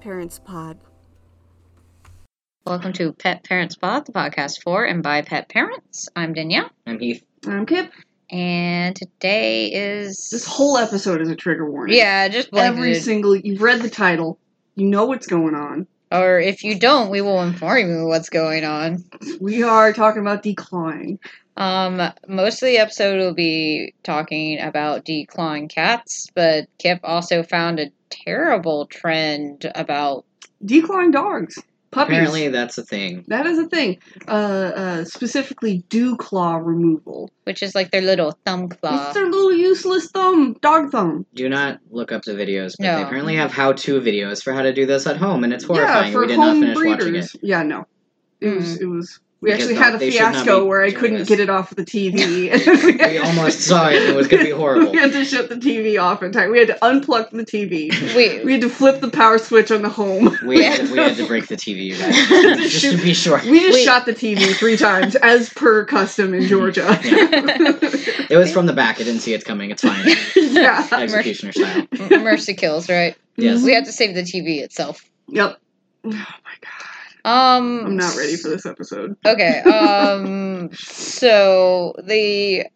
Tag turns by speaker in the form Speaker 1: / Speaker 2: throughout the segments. Speaker 1: Parents Pod.
Speaker 2: Welcome to Pet Parents Pod, the podcast for and by pet parents. I'm Danielle,
Speaker 3: I'm Heath.
Speaker 1: I'm Kip.
Speaker 2: and today is
Speaker 1: Um, This whole episode is a trigger warning.
Speaker 2: Yeah, just
Speaker 1: Every
Speaker 2: blanketed.
Speaker 1: single, you've read the title, you know what's going on.
Speaker 2: or if you don't, we will inform you what's going on.
Speaker 1: We are talking about declawing.
Speaker 2: Um, most of the episode will be talking about declawing cats, but Kip also found a terrible trend about
Speaker 1: Declawing dogs, puppies.
Speaker 3: Apparently, that's a thing.
Speaker 1: That is a thing. Uh, uh, specifically, dew claw removal.
Speaker 2: which is like their little thumb claw.
Speaker 1: It's their little useless thumb, dog thumb.
Speaker 3: Do not look up the videos, but
Speaker 2: No.
Speaker 3: they apparently have how-to videos for how to do this at home, and it's horrifying.
Speaker 1: Yeah, for
Speaker 3: we did not
Speaker 1: home
Speaker 3: finish
Speaker 1: breeders.
Speaker 3: watching it. Mm.
Speaker 1: Yeah, no. It was. It was. We
Speaker 3: Because
Speaker 1: actually
Speaker 3: not-
Speaker 1: had a
Speaker 3: they should not
Speaker 1: fiasco
Speaker 3: be
Speaker 1: where I
Speaker 3: doing
Speaker 1: couldn't
Speaker 3: this.
Speaker 1: get it off the TV.
Speaker 3: We almost saw it, and it was going to be horrible.
Speaker 1: we had to shut the TV off in time. We had to unplug the TV.
Speaker 2: Mm. We,
Speaker 1: We had to flip the power switch on the home.
Speaker 3: We had, we had to break the TV, you guys. just to be sure.
Speaker 1: We just
Speaker 2: Wait.
Speaker 1: shot the TV three times, as per custom in Georgia.
Speaker 3: It was from the back. I didn't see it coming. It's fine.
Speaker 1: yeah.
Speaker 3: Executioner style.
Speaker 2: Mercy kills, right?
Speaker 3: Yes.
Speaker 2: We have to save the TV itself.
Speaker 1: Yep.
Speaker 2: Um,
Speaker 1: I'm not ready for this episode.
Speaker 2: Okay. Um. so the.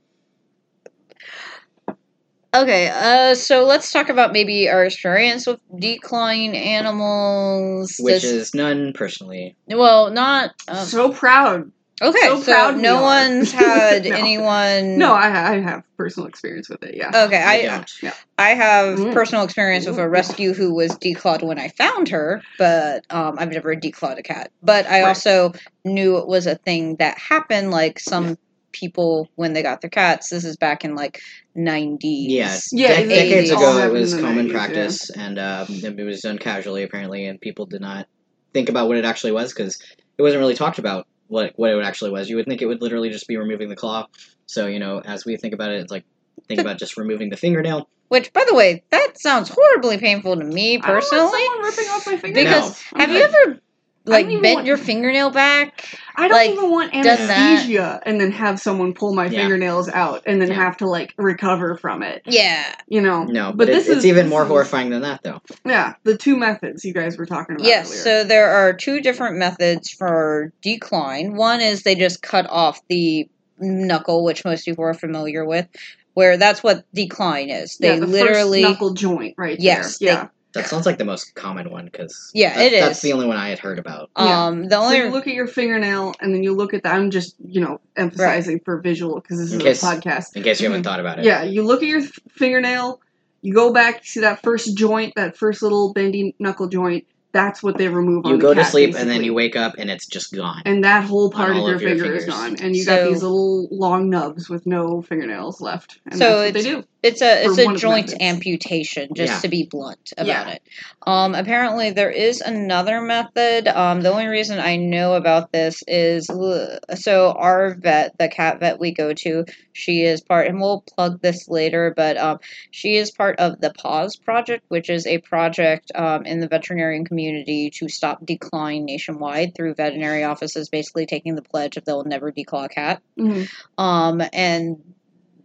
Speaker 2: Okay. Uh. So let's talk about maybe our experience with decline animals.
Speaker 3: Which
Speaker 2: Does-
Speaker 3: is none personally.
Speaker 2: well, not. Um,
Speaker 1: so proud.
Speaker 2: okay.
Speaker 1: so
Speaker 2: So,
Speaker 1: proud we
Speaker 2: no
Speaker 1: are.
Speaker 2: one's had
Speaker 1: No.
Speaker 2: anyone.
Speaker 1: No, I, I have personal experience with it. Yeah.
Speaker 2: Okay,
Speaker 3: I
Speaker 2: I
Speaker 3: don't.
Speaker 2: I have
Speaker 1: Mm.
Speaker 2: personal experience with a
Speaker 1: Mm.
Speaker 2: rescue who was declawed when I found her, but um, I've never declawed a cat. But I
Speaker 1: Right.
Speaker 2: also knew it was a thing that happened. Like some people when they got their cats, this is back in like nineties.
Speaker 3: Yeah,
Speaker 1: Yeah,
Speaker 3: dec-
Speaker 1: it-
Speaker 3: decades
Speaker 2: it all
Speaker 3: ago it
Speaker 1: happened
Speaker 3: was
Speaker 1: in the
Speaker 3: common
Speaker 1: 90s,
Speaker 3: practice, and um, it was done casually apparently, and people did not think about what it actually was because it wasn't really talked about what what it actually was. You would think it would literally just be removing the claw. So you know, as we think about it, it's like think about just removing the fingernail.
Speaker 2: Which, by the way, that sounds horribly painful to me
Speaker 1: I don't want
Speaker 2: personally.
Speaker 1: someone ripping off my finger.
Speaker 2: Because
Speaker 3: No.
Speaker 2: have
Speaker 3: I'm
Speaker 2: you
Speaker 3: good.
Speaker 2: ever like
Speaker 1: even
Speaker 2: bent
Speaker 1: want-
Speaker 2: your fingernail back?
Speaker 1: I don't
Speaker 2: like,
Speaker 1: even want
Speaker 2: done that.
Speaker 1: anesthesia and then have someone pull my
Speaker 3: Yeah.
Speaker 1: fingernails out and then
Speaker 3: Yeah.
Speaker 1: have to like recover from it.
Speaker 2: Yeah.
Speaker 1: You know.
Speaker 3: No, but, it's, it's even more horrifying than that, though.
Speaker 1: Yeah, the two methods you guys were talking about.
Speaker 2: Yes,
Speaker 1: earlier.
Speaker 2: so there are two different methods for decline. One is they just cut off the knuckle, which most people are familiar with, where that's what decline is. They
Speaker 1: Yeah, the first
Speaker 2: literally
Speaker 1: knuckle joint right
Speaker 2: Yes,
Speaker 1: there.
Speaker 2: they-
Speaker 1: yeah.
Speaker 3: That sounds like the most common one because
Speaker 2: Yeah,
Speaker 3: that,
Speaker 2: it is.
Speaker 3: That's the only one I had heard about.
Speaker 1: yeah.
Speaker 2: um the
Speaker 1: So
Speaker 2: only
Speaker 1: you look at your fingernail and then you look at the. I'm just you know emphasizing for visual because this is
Speaker 3: In
Speaker 1: a
Speaker 3: case-
Speaker 1: podcast.
Speaker 3: In case you haven't thought about it,
Speaker 1: Mm-hmm. Yeah, you look at your f- fingernail. You go back. You see that first joint, that first little bendy knuckle joint. That's what they remove. on
Speaker 3: you
Speaker 1: the
Speaker 3: go to
Speaker 1: cat,
Speaker 3: sleep and then
Speaker 1: basically.
Speaker 3: you wake up and it's just gone.
Speaker 1: and that whole part
Speaker 3: on
Speaker 1: of
Speaker 3: all
Speaker 1: your,
Speaker 3: of your
Speaker 1: finger is
Speaker 3: fingers.
Speaker 1: gone, and you got
Speaker 2: So-
Speaker 1: these little long nubs with no fingernails left. And
Speaker 2: So
Speaker 1: that's what they do.
Speaker 2: It's a
Speaker 1: for
Speaker 2: it's
Speaker 1: one
Speaker 2: a
Speaker 1: of the
Speaker 2: joint
Speaker 1: methods.
Speaker 2: amputation, just
Speaker 3: Yeah.
Speaker 2: to be blunt about
Speaker 1: Yeah.
Speaker 2: it. Um, apparently, there is another method. Um, the only reason I know about this is l- so our vet, the cat vet we go to, she is part, and we'll plug this later, but um, she is part of the Pause Project, which is a project um, in the veterinarian community to stop decline nationwide through veterinary offices basically taking the pledge of they'll never declaw a cat.
Speaker 1: Mhm.
Speaker 2: Um, and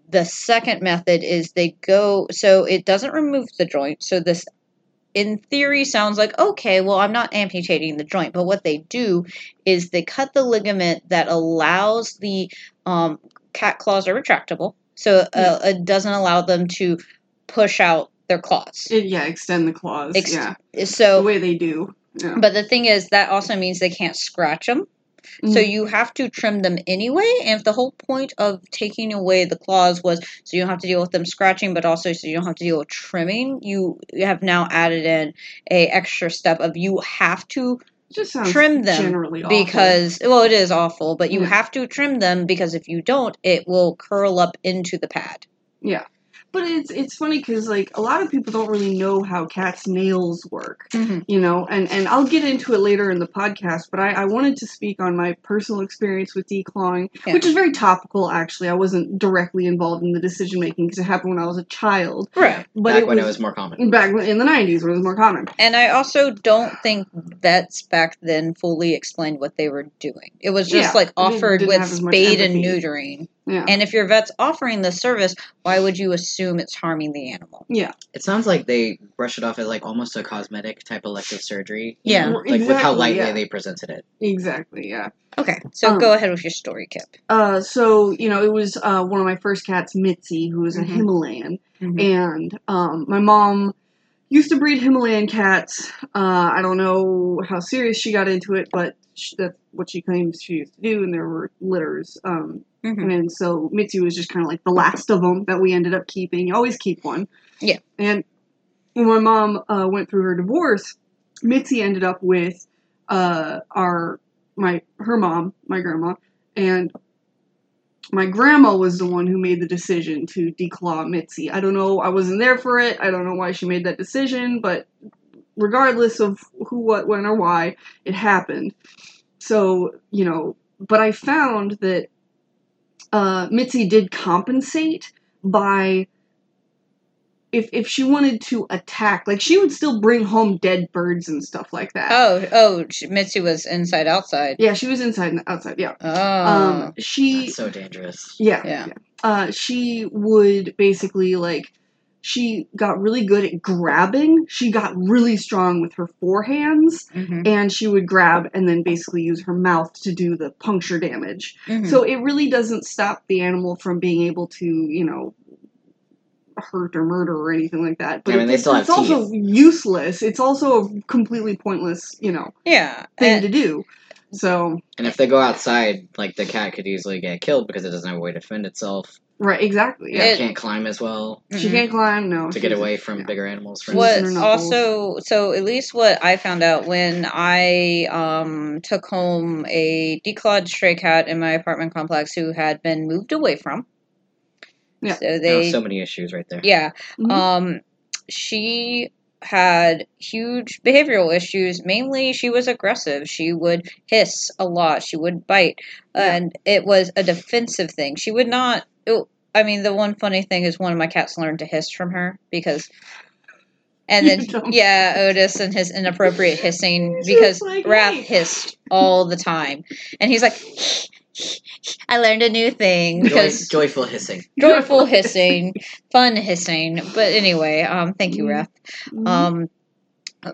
Speaker 2: the second method is they go, so it doesn't remove the joint. So this, in theory, sounds like, okay, well, I'm not amputating the joint. But what they do is they cut the ligament that allows the um, cat claws are retractable. So uh, it doesn't allow them to push out their claws.
Speaker 1: It- yeah, extend the claws.
Speaker 2: Ex-
Speaker 1: yeah, the
Speaker 2: So,
Speaker 1: way they do. Yeah.
Speaker 2: but the thing is, that also means they can't scratch them. So
Speaker 1: Mhm.
Speaker 2: you have to trim them anyway. And if the whole point of taking away the claws was so you don't have to deal with them scratching, but also so you don't have to deal with trimming, you you have now added in a extra step of you have to
Speaker 1: just sounds
Speaker 2: trim them
Speaker 1: generally awful.
Speaker 2: because well it is awful, but you
Speaker 1: Yeah.
Speaker 2: have to trim them because if you don't, it will curl up into the pad.
Speaker 1: But it's it's funny because like a lot of people don't really know how cats' nails work,
Speaker 3: Mm-hmm.
Speaker 1: you know. And and I'll get into it later in the podcast. But I, I wanted to speak on my personal experience with declawing,
Speaker 2: Yeah.
Speaker 1: which is very topical. Actually, I wasn't directly involved in the decision making because it happened when I was a child.
Speaker 2: Right.
Speaker 1: But
Speaker 3: Back
Speaker 1: it
Speaker 3: when
Speaker 1: was,
Speaker 3: it was more common.
Speaker 1: back when- in the '90s when it was more common.
Speaker 2: And I also don't think vets back then fully explained what they were doing. It was just
Speaker 1: Yeah,
Speaker 2: like
Speaker 1: they
Speaker 2: offered
Speaker 1: didn't
Speaker 2: with
Speaker 1: have as much
Speaker 2: spade and
Speaker 1: empathy.
Speaker 2: neutering.
Speaker 1: Yeah.
Speaker 2: And if your vet's offering this service, why would you assume it's harming the animal?
Speaker 3: It sounds like they brush it off as like almost a cosmetic type elective surgery. you
Speaker 2: Yeah.
Speaker 3: know, like with how
Speaker 1: Exactly,
Speaker 3: lightly
Speaker 1: yeah.
Speaker 3: they presented it.
Speaker 1: Exactly, yeah.
Speaker 2: Okay, so
Speaker 1: Um,
Speaker 2: go ahead with your story, Kip.
Speaker 1: Uh, so you know, it was uh, one of my first cats, Mitzi, who was a
Speaker 2: Mhm.
Speaker 1: Himalayan,
Speaker 2: Mhm.
Speaker 1: and um, my mom used to breed Himalayan cats. Uh, I don't know how serious she got into it, but sh that's what she claims she used to do, and there were litters. Um,
Speaker 2: Mhm.
Speaker 1: And so Mitzi was just kind of like the last of them that we ended up keeping. You always keep one.
Speaker 2: Yeah.
Speaker 1: And when my mom uh, went through her divorce, Mitzi ended up with uh, our my her mom, my grandma, and my grandma was the one who made the decision to declaw Mitzi. I don't know. I wasn't there for it. I don't know why she made that decision, but regardless of who, what, when, or why, it happened. So you know, but I found that uh, Mitzi did compensate by if if she wanted to attack, like she would still bring home dead birds and stuff like that.
Speaker 2: Oh, oh, sh- Mitzi was inside outside.
Speaker 1: Yeah, she was inside and outside. Yeah.
Speaker 2: Oh,
Speaker 1: Um, she
Speaker 3: That's so dangerous.
Speaker 1: yeah,
Speaker 2: Yeah.
Speaker 1: yeah. Uh, she would basically like she got really good at grabbing. She got really strong with her forehands,
Speaker 2: Mhm,
Speaker 1: and she would grab and then basically use her mouth to do the puncture damage.
Speaker 3: Hmm.
Speaker 2: mhm.
Speaker 1: So it really doesn't stop the animal from being able to, you know, hurt or murder or anything like that. But
Speaker 3: I mean,
Speaker 1: it-
Speaker 3: they still have
Speaker 1: it's also useless. It's also a completely pointless, you know,
Speaker 2: yeah,
Speaker 1: thing
Speaker 2: and-
Speaker 1: to do. So
Speaker 3: And if they go outside, like the cat could easily get killed because it doesn't have a way to defend itself.
Speaker 1: right, exactly. Yeah.
Speaker 2: It-
Speaker 3: It can't climb as well
Speaker 1: she
Speaker 2: mhm.
Speaker 1: can't climb. No,
Speaker 3: Mm-hmm. to get
Speaker 1: she's-
Speaker 3: away from
Speaker 1: yeah.
Speaker 3: bigger animals. For
Speaker 1: She's
Speaker 2: what
Speaker 1: in her knuckles.
Speaker 2: also so at least what i found out when i um took home a declawed stray cat in my apartment complex who had been moved away from
Speaker 1: Yeah.
Speaker 2: so
Speaker 3: You know,
Speaker 2: they
Speaker 3: so many issues right there.
Speaker 2: yeah
Speaker 1: Mhm.
Speaker 2: um she had huge behavioral issues mainly she was aggressive she would hiss a lot she would bite
Speaker 1: Yeah.
Speaker 2: and it was a defensive thing she would not it- i mean the one funny thing is one of my cats learned to hiss from her because and
Speaker 1: You
Speaker 2: then
Speaker 1: dumb
Speaker 2: yeah otis and his inappropriate hissing
Speaker 1: She's
Speaker 2: because
Speaker 1: like,
Speaker 2: wrath
Speaker 1: "Hey."
Speaker 2: hissed all the time and he's like i learned a new thing
Speaker 3: Joy,
Speaker 2: because
Speaker 3: joyful hissing.
Speaker 2: joyful hissing, fun hissing. But anyway, um, thank you,
Speaker 1: Mm.
Speaker 2: Ref.
Speaker 1: Mhm.
Speaker 2: Um,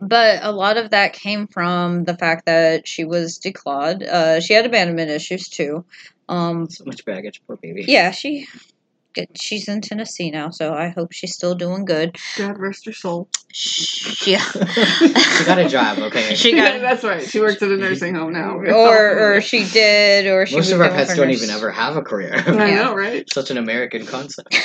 Speaker 2: but a lot of that came from the fact that she was declawed. Uh, she had abandonment issues too. Um,
Speaker 3: So much baggage, poor baby.
Speaker 2: yeah, she. She's in Tennessee now, so I hope she's still doing good.
Speaker 1: God rest her soul.
Speaker 2: Yeah,
Speaker 3: she got a job. Okay.
Speaker 2: she got,
Speaker 1: That's right. She works at a nursing home now.
Speaker 2: or or she did, or she.
Speaker 3: Most
Speaker 2: moved
Speaker 3: of our
Speaker 2: in with
Speaker 3: pets
Speaker 2: her
Speaker 3: don't
Speaker 2: nurse.
Speaker 3: even ever have a career.
Speaker 1: I
Speaker 2: Yeah.
Speaker 1: know, right?
Speaker 3: Such an American concept.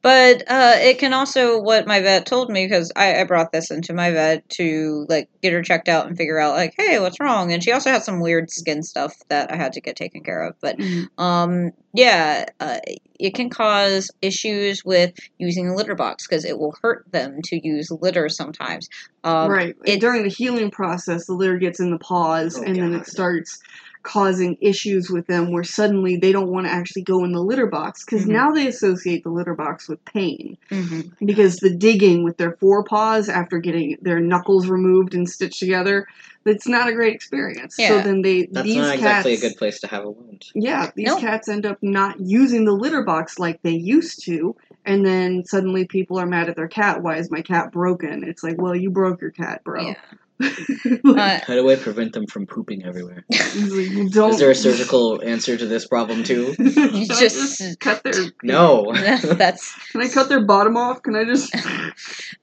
Speaker 2: But uh, it can also what my vet told me because I, I brought this into my vet to like get her checked out and figure out like hey what's wrong and she also had some weird skin stuff that I had to get taken care of but
Speaker 1: Mhm.
Speaker 2: um yeah uh, it can cause issues with using a litter box because it will hurt them to use litter sometimes um,
Speaker 1: right.
Speaker 2: it-
Speaker 1: During the healing process, the litter gets in the paws,
Speaker 3: Oh,
Speaker 1: and then
Speaker 3: God.
Speaker 1: it starts causing issues with them where suddenly they don't want to actually go in the litter box because
Speaker 2: Mhm.
Speaker 1: now they associate the litter box with pain
Speaker 2: mhm.
Speaker 1: because the digging with their forepaws after getting their knuckles removed and stitched together it's not a great experience so
Speaker 2: Yeah.
Speaker 1: then they
Speaker 3: That's
Speaker 1: these
Speaker 3: not exactly
Speaker 1: cats
Speaker 3: a good place to have a wound.
Speaker 1: yeah these
Speaker 2: No.
Speaker 1: cats end up not using the litter box like they used to and then suddenly people are mad at their cat why is my cat broken it's like well you broke your cat bro
Speaker 2: yeah
Speaker 1: Like,
Speaker 2: uh,
Speaker 3: How do I prevent them from pooping everywhere?
Speaker 1: it's like, you don't
Speaker 3: Is there a surgical answer to this problem too?
Speaker 1: Should I
Speaker 2: You
Speaker 1: just,
Speaker 2: just-
Speaker 1: cut their
Speaker 3: No.
Speaker 2: uh, that's
Speaker 1: Can I cut their bottom off? Can I just?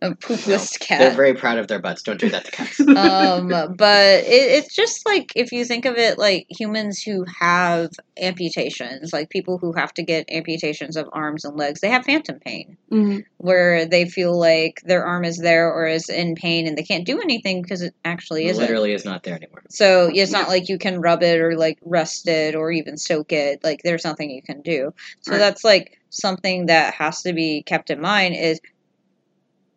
Speaker 2: a poopless cat
Speaker 3: They're very proud of their butts. Don't do that to cats.
Speaker 2: um but it, it's just like if you think of it like humans who have amputations like people who have to get amputations of arms and legs they have phantom pain
Speaker 1: Mhm.
Speaker 2: where they feel like their arm is there or is in pain and they can't do anything because it actually
Speaker 3: It
Speaker 2: isn't
Speaker 3: literally is not there anymore.
Speaker 2: so
Speaker 1: Mm-hmm.
Speaker 2: it's not like you can rub it or like rest it or even soak it. Like there's nothing you can do. So
Speaker 1: Right.
Speaker 2: that's like something that has to be kept in mind is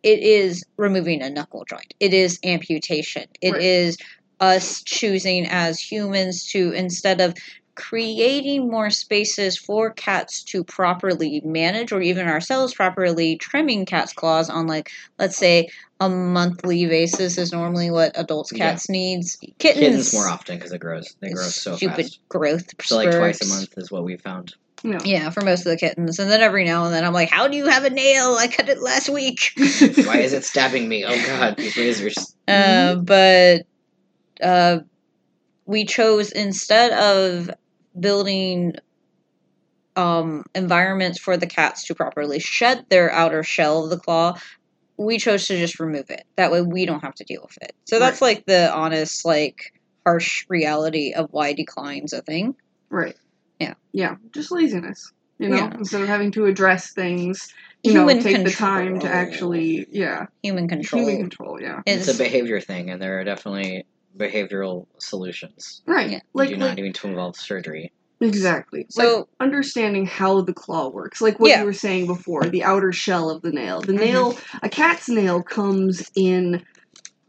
Speaker 2: it is removing a knuckle joint. It is amputation. It
Speaker 1: Right.
Speaker 2: is us choosing as humans to instead of creating more spaces for cats to properly manage or even ourselves properly trimming cats' claws on like let's say a monthly basis is normally what adults
Speaker 3: Yeah.
Speaker 2: cats needs. Kittens,
Speaker 3: Kittens more often because it grows. They grow so
Speaker 2: stupid
Speaker 3: fast.
Speaker 2: growth
Speaker 3: So like twice a
Speaker 2: spurts.
Speaker 3: month is what we found.
Speaker 1: No.
Speaker 2: Yeah, for most of the kittens. And then every now and then I'm like, How do you have a nail? I cut it last week.
Speaker 3: Why is it stabbing me? Oh God, these razors.
Speaker 2: Uh, but uh, we chose instead of building um, environments for the cats to properly shed their outer shell of the claw, we chose to just remove it. That way, we don't have to deal with it. So that's like the honest, like harsh reality of why decline's a thing.
Speaker 1: Right.
Speaker 2: Yeah.
Speaker 1: Yeah. Just laziness. You know,
Speaker 2: Yeah.
Speaker 1: instead of having to address things, you
Speaker 2: Human
Speaker 1: know, take the
Speaker 2: control.
Speaker 1: time to actually, yeah,
Speaker 2: Human control.
Speaker 1: human control. Yeah.
Speaker 3: It's,
Speaker 2: is-
Speaker 3: a behavior thing, and there are definitely behavioral solutions.
Speaker 1: Right.
Speaker 2: Yeah. You
Speaker 1: Like,
Speaker 3: you do not
Speaker 1: like
Speaker 3: need to involve surgery.
Speaker 1: exactly.
Speaker 2: so.
Speaker 1: like understanding how the claw works, like what
Speaker 2: Yeah.
Speaker 1: you were saying before, the outer shell of the nail. The
Speaker 2: Mhm.
Speaker 1: nail, a cat's nail, comes in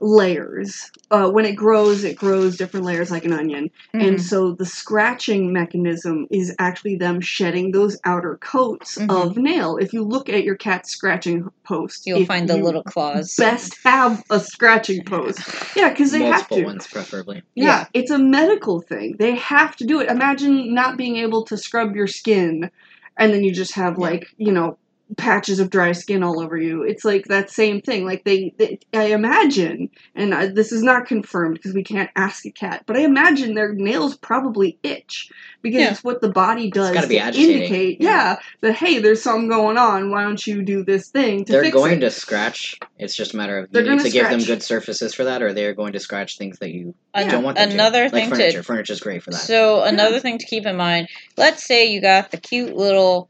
Speaker 1: layers. Uh, when it grows, it grows different layers like an onion. And
Speaker 2: mhm.
Speaker 1: so the scratching mechanism is actually them shedding those outer coats
Speaker 2: Mhm.
Speaker 1: of nail. If you look at your cat's scratching post,
Speaker 2: You'll
Speaker 1: if
Speaker 2: find the
Speaker 1: you
Speaker 2: little claws.
Speaker 1: best have a scratching post. Yeah, because they have
Speaker 3: Multiple
Speaker 1: to.
Speaker 3: ones, preferably.
Speaker 1: Yeah,
Speaker 2: Yeah.
Speaker 1: it's a medical thing. They have to do it. Imagine not being able to scrub your skin and then you just have
Speaker 3: Yeah.
Speaker 1: like, you know, patches of dry skin all over you. It's like that same thing. Like they, they I imagine and I, this is not confirmed because we can't ask a cat, but I imagine their nails probably itch because
Speaker 2: Yeah.
Speaker 1: it's what the body does
Speaker 3: gotta be
Speaker 1: to
Speaker 3: agitating,
Speaker 1: indicate,
Speaker 3: yeah.
Speaker 1: yeah, that hey, there's something going on. Why don't you do this thing to
Speaker 3: They're
Speaker 1: fix
Speaker 3: going
Speaker 1: it?
Speaker 3: to scratch. It's just a matter of
Speaker 1: They're
Speaker 3: you need
Speaker 1: gonna
Speaker 3: to give them
Speaker 1: scratch.
Speaker 3: good surfaces for that, or they're going to scratch things that you
Speaker 1: Yeah.
Speaker 3: don't want them
Speaker 2: Uh, Another
Speaker 3: to. Like
Speaker 2: thing to-
Speaker 3: furniture. Furniture's great for that.
Speaker 2: So another thing to keep in mind, let's say you got the cute little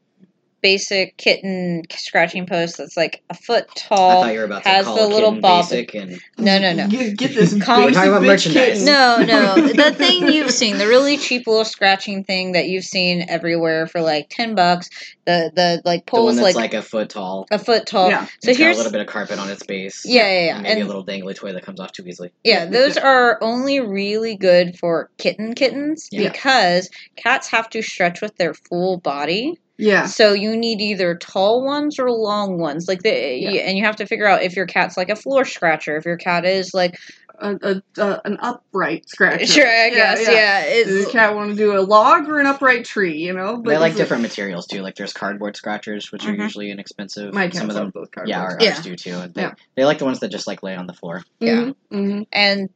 Speaker 2: basic kitten scratching post that's like a foot
Speaker 3: I
Speaker 2: tall.
Speaker 3: thought you were about to
Speaker 2: has
Speaker 3: call
Speaker 2: the
Speaker 3: a
Speaker 2: little
Speaker 3: kitten
Speaker 2: bob-
Speaker 3: basic, and
Speaker 2: No, no, no.
Speaker 1: Get, get this.
Speaker 2: Calm-
Speaker 1: basic
Speaker 3: We're talking about
Speaker 1: bitch
Speaker 3: merchandise.
Speaker 1: kitten.
Speaker 2: No, no. the thing you've seen, the really cheap little scratching thing that you've seen everywhere for like ten bucks. The the like
Speaker 3: the one
Speaker 2: poles
Speaker 3: that's
Speaker 2: like,
Speaker 3: like, a foot tall.
Speaker 2: a foot tall.
Speaker 1: Yeah.
Speaker 2: So
Speaker 3: it's got a
Speaker 2: here's
Speaker 3: little bit of carpet on its base.
Speaker 2: yeah, yeah, yeah.
Speaker 3: And maybe
Speaker 2: And
Speaker 3: a little dangly toy that comes off too easily.
Speaker 2: Yeah, those are only really good for kitten kittens
Speaker 3: Yeah.
Speaker 2: because cats have to stretch with their full body.
Speaker 1: Yeah.
Speaker 2: So you need either tall ones or long ones. Like the
Speaker 1: Yeah.
Speaker 2: you- and you have to figure out if your cat's like a floor scratcher, if your cat is like
Speaker 1: a, a, a, an upright scratcher.
Speaker 2: sure, I guess, yeah.
Speaker 1: Does the
Speaker 2: it's,
Speaker 1: cat want to do a log or an upright tree? You know,
Speaker 3: they like
Speaker 1: it's
Speaker 3: different materials too. Like there's cardboard scratchers, which are
Speaker 2: Mhm.
Speaker 3: usually inexpensive.
Speaker 1: My
Speaker 3: and
Speaker 1: cats
Speaker 3: Some of
Speaker 1: love
Speaker 3: them,
Speaker 1: both cardboard.
Speaker 3: yeah, our,
Speaker 2: Yeah.
Speaker 3: ours do too. And they,
Speaker 1: Yeah.
Speaker 3: they like the ones that just like lay on the floor.
Speaker 1: Mhm, mhm.
Speaker 2: and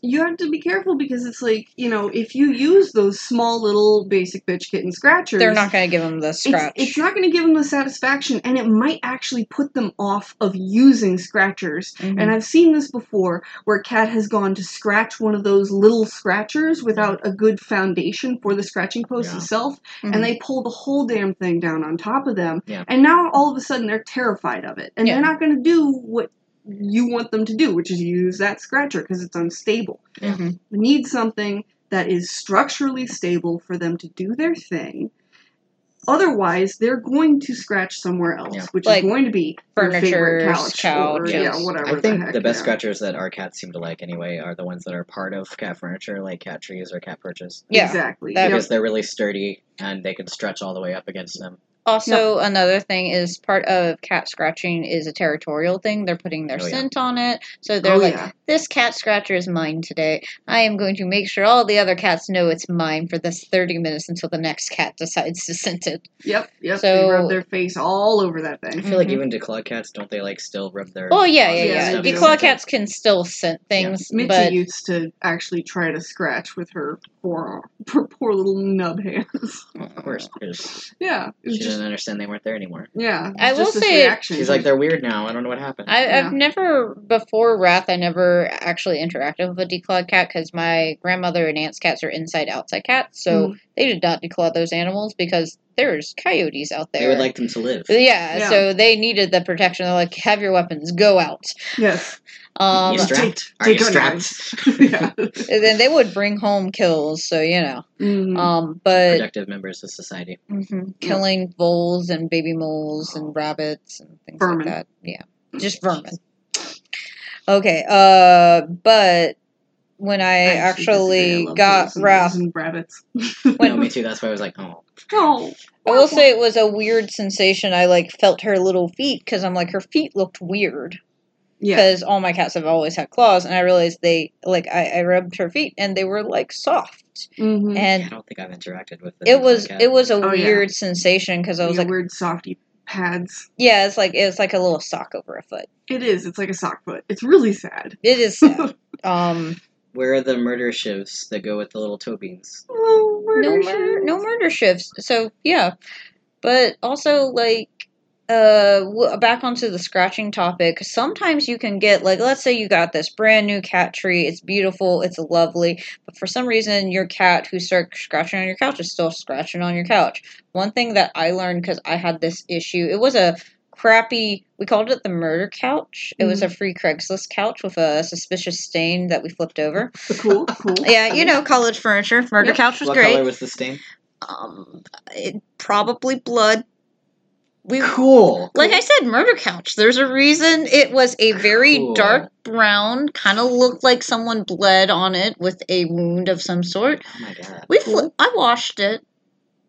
Speaker 1: You have to be careful because it's like you know, if you use those small little basic bitch kitten scratchers,
Speaker 2: they're not going to give them the
Speaker 1: It's,
Speaker 2: scratch.
Speaker 1: it's not going to give them the satisfaction, and it might actually put them off of using scratchers
Speaker 2: Mhm.
Speaker 3: Mm-hmm.
Speaker 1: And I've seen this before where Cat has gone to scratch one of those little scratchers without a good foundation for the scratching post
Speaker 3: Yeah. Mm-hmm.
Speaker 1: itself,
Speaker 2: Mhm.
Speaker 1: and they pull the whole damn thing down on top of them.
Speaker 3: Yeah.
Speaker 1: And now all of a sudden they're terrified of it, and
Speaker 2: Yeah.
Speaker 1: they're not going to do what you want them to do, which is use that scratcher because it's unstable.
Speaker 2: Mhm.
Speaker 1: We need something that is structurally stable for them to do their thing. Otherwise, they're going to scratch somewhere else,
Speaker 3: Yeah.
Speaker 1: which
Speaker 2: Like
Speaker 1: is going to be your favorite
Speaker 2: furniture,
Speaker 1: couch,
Speaker 2: couch,
Speaker 1: or
Speaker 2: yes.
Speaker 1: yeah, whatever.
Speaker 3: I think
Speaker 1: the,
Speaker 3: the,
Speaker 1: heck,
Speaker 3: best
Speaker 1: yeah.
Speaker 3: scratchers that our cats seem to like anyway are the ones that are part of cat furniture, like cat trees or cat perches.
Speaker 2: Yeah.
Speaker 1: Exactly.
Speaker 2: That-
Speaker 1: Yep.
Speaker 3: Because they're really sturdy and they can stretch all the way up against them.
Speaker 2: Also, another thing is part of cat scratching is a territorial thing. They're putting their
Speaker 3: Oh, yeah.
Speaker 2: scent on it. So they're
Speaker 1: Oh,
Speaker 2: like,
Speaker 1: yeah.
Speaker 2: this cat scratcher is mine today. I am going to make sure all the other cats know it's mine for this 30 minutes until the next cat decides to scent it.
Speaker 1: Yep. Yep. they
Speaker 2: So-
Speaker 1: rub their face all over that
Speaker 3: I
Speaker 1: thing.
Speaker 3: feel like
Speaker 2: Mhm.
Speaker 3: even declawed cats, don't they like still rub their.
Speaker 2: Oh, yeah,
Speaker 3: paws
Speaker 2: yeah,
Speaker 3: and
Speaker 1: Yeah,
Speaker 2: yeah.
Speaker 3: stuff
Speaker 1: they
Speaker 2: The
Speaker 1: do.
Speaker 2: claw cats can still scent things,
Speaker 1: Mitzi
Speaker 2: but
Speaker 1: used to actually try to scratch with her poor, her poor little nub hands.
Speaker 3: Of course, Uh, because
Speaker 1: yeah. It was
Speaker 3: she
Speaker 1: just
Speaker 3: didn't understand they weren't there anymore.
Speaker 1: yeah. it was
Speaker 2: I will
Speaker 1: just this
Speaker 2: say-
Speaker 1: reaction.
Speaker 3: She's like, they're weird now. I don't know what happened.
Speaker 2: I,
Speaker 1: Yeah.
Speaker 2: I've never before Wrath. I never actually interacted with a declawed cat because my grandmother and aunt's cats are inside outside cats, so
Speaker 1: Mhm.
Speaker 2: they did not declaw those animals because there's coyotes out there.
Speaker 3: they would like them to live.
Speaker 2: yeah,
Speaker 1: Yeah.
Speaker 2: so they needed the protection. They're like, have your weapons, go out.
Speaker 1: yes.
Speaker 2: Um,
Speaker 3: You
Speaker 1: Yeah.
Speaker 3: strapped?
Speaker 1: Take-
Speaker 3: Are you
Speaker 1: take our
Speaker 3: strapped?
Speaker 1: yeah.
Speaker 2: and then they would bring home kills, so you know.
Speaker 1: Mhm.
Speaker 2: Um, but
Speaker 3: Productive members of society.
Speaker 2: mhm,
Speaker 1: Yeah.
Speaker 2: killing voles and baby moles and rabbits and things
Speaker 1: Vermin.
Speaker 2: like that. Yeah, just vermin. Okay, uh, but when I
Speaker 1: actually disagree. I
Speaker 2: actually
Speaker 1: love
Speaker 2: got
Speaker 1: those and
Speaker 2: wrapped.
Speaker 1: those and rabbits.
Speaker 3: No,
Speaker 2: When
Speaker 3: me too. That's why I was like, oh,
Speaker 1: Oh,
Speaker 2: I will say it was a weird sensation. I like felt her little feet because I'm like her feet looked weird
Speaker 1: yeah,
Speaker 2: because all my cats have always had claws, and I realized they like I, I rubbed her feet and they were like soft,
Speaker 1: Mhm.
Speaker 3: I
Speaker 2: and
Speaker 3: don't think I've interacted with this
Speaker 2: it was
Speaker 3: cat.
Speaker 2: it was a
Speaker 1: Oh, yeah.
Speaker 2: weird sensation because I was
Speaker 1: Yeah,
Speaker 2: like,
Speaker 1: weird softy pads.
Speaker 2: yeah, it's like it's like a little sock over a foot.
Speaker 1: It is. It's like a sock foot. It's really sad.
Speaker 2: It is sad. um,
Speaker 3: Where are the murder shifts that go with the little toe beans?
Speaker 1: Oh,
Speaker 2: no
Speaker 1: murder
Speaker 2: murder,
Speaker 1: shoes.
Speaker 2: no murder shifts. So yeah, but also like uh w- back onto the scratching topic. Sometimes you can get like let's say you got this brand new cat tree. It's beautiful. It's lovely. But for some reason, your cat who starts scratching on your couch is still scratching on your couch. One thing that I learned because I had this issue. It was a crappy. We called it the murder couch. It was a
Speaker 1: Mm-hmm.
Speaker 2: free Craigslist couch with a suspicious stain that we flipped over.
Speaker 1: Cool, cool.
Speaker 2: Yeah, you know, college furniture. Murder
Speaker 1: Yep.
Speaker 2: couch was
Speaker 3: What
Speaker 2: great
Speaker 3: color was the stain?
Speaker 2: um it, probably blood we
Speaker 3: Cool.
Speaker 2: like i said murder couch there's a reason it was a very
Speaker 3: Cool.
Speaker 2: dark brown kind of looked like someone bled on it with a wound of some sort
Speaker 3: Oh my god.
Speaker 2: we fli
Speaker 1: Cool.
Speaker 2: i washed it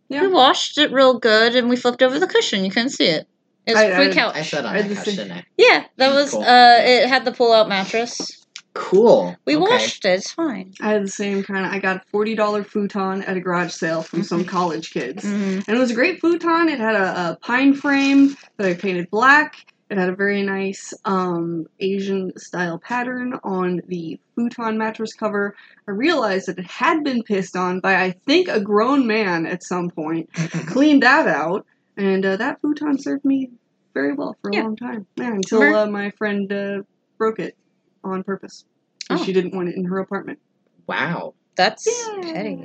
Speaker 2: we
Speaker 1: Yeah.
Speaker 2: washed it real good and we flipped over the cushion you couldn't see it it's
Speaker 1: I-
Speaker 2: free
Speaker 1: I-
Speaker 2: couch
Speaker 3: I sat on
Speaker 1: I
Speaker 3: that
Speaker 1: just
Speaker 3: couch,
Speaker 1: think-
Speaker 3: didn't I?
Speaker 2: yeah that was
Speaker 3: Cool.
Speaker 2: uh it had the pull-out mattress
Speaker 3: Cool.
Speaker 2: we
Speaker 3: okay.
Speaker 2: washed it it's fine
Speaker 1: I had the same kind of. I got a forty dollar futon at a garage sale from
Speaker 2: Mm-hmm.
Speaker 1: some college kids,
Speaker 3: Mm-hmm.
Speaker 2: Mhm.
Speaker 1: and it was a great futon. It had a, a pine frame that I painted black. It had a very nice um, Asian style pattern on the futon mattress cover. I realized that it had been pissed on by I think a grown man at some point. Cleaned that out, and uh, that futon served me very well for a
Speaker 2: Yeah.
Speaker 1: long time. Yeah, until
Speaker 2: Mer-
Speaker 1: uh, my friend uh, broke it on purpose. 'cause
Speaker 2: Oh.
Speaker 1: She didn't want it in her apartment.
Speaker 3: Wow.
Speaker 2: that's
Speaker 1: Yeah.
Speaker 2: petty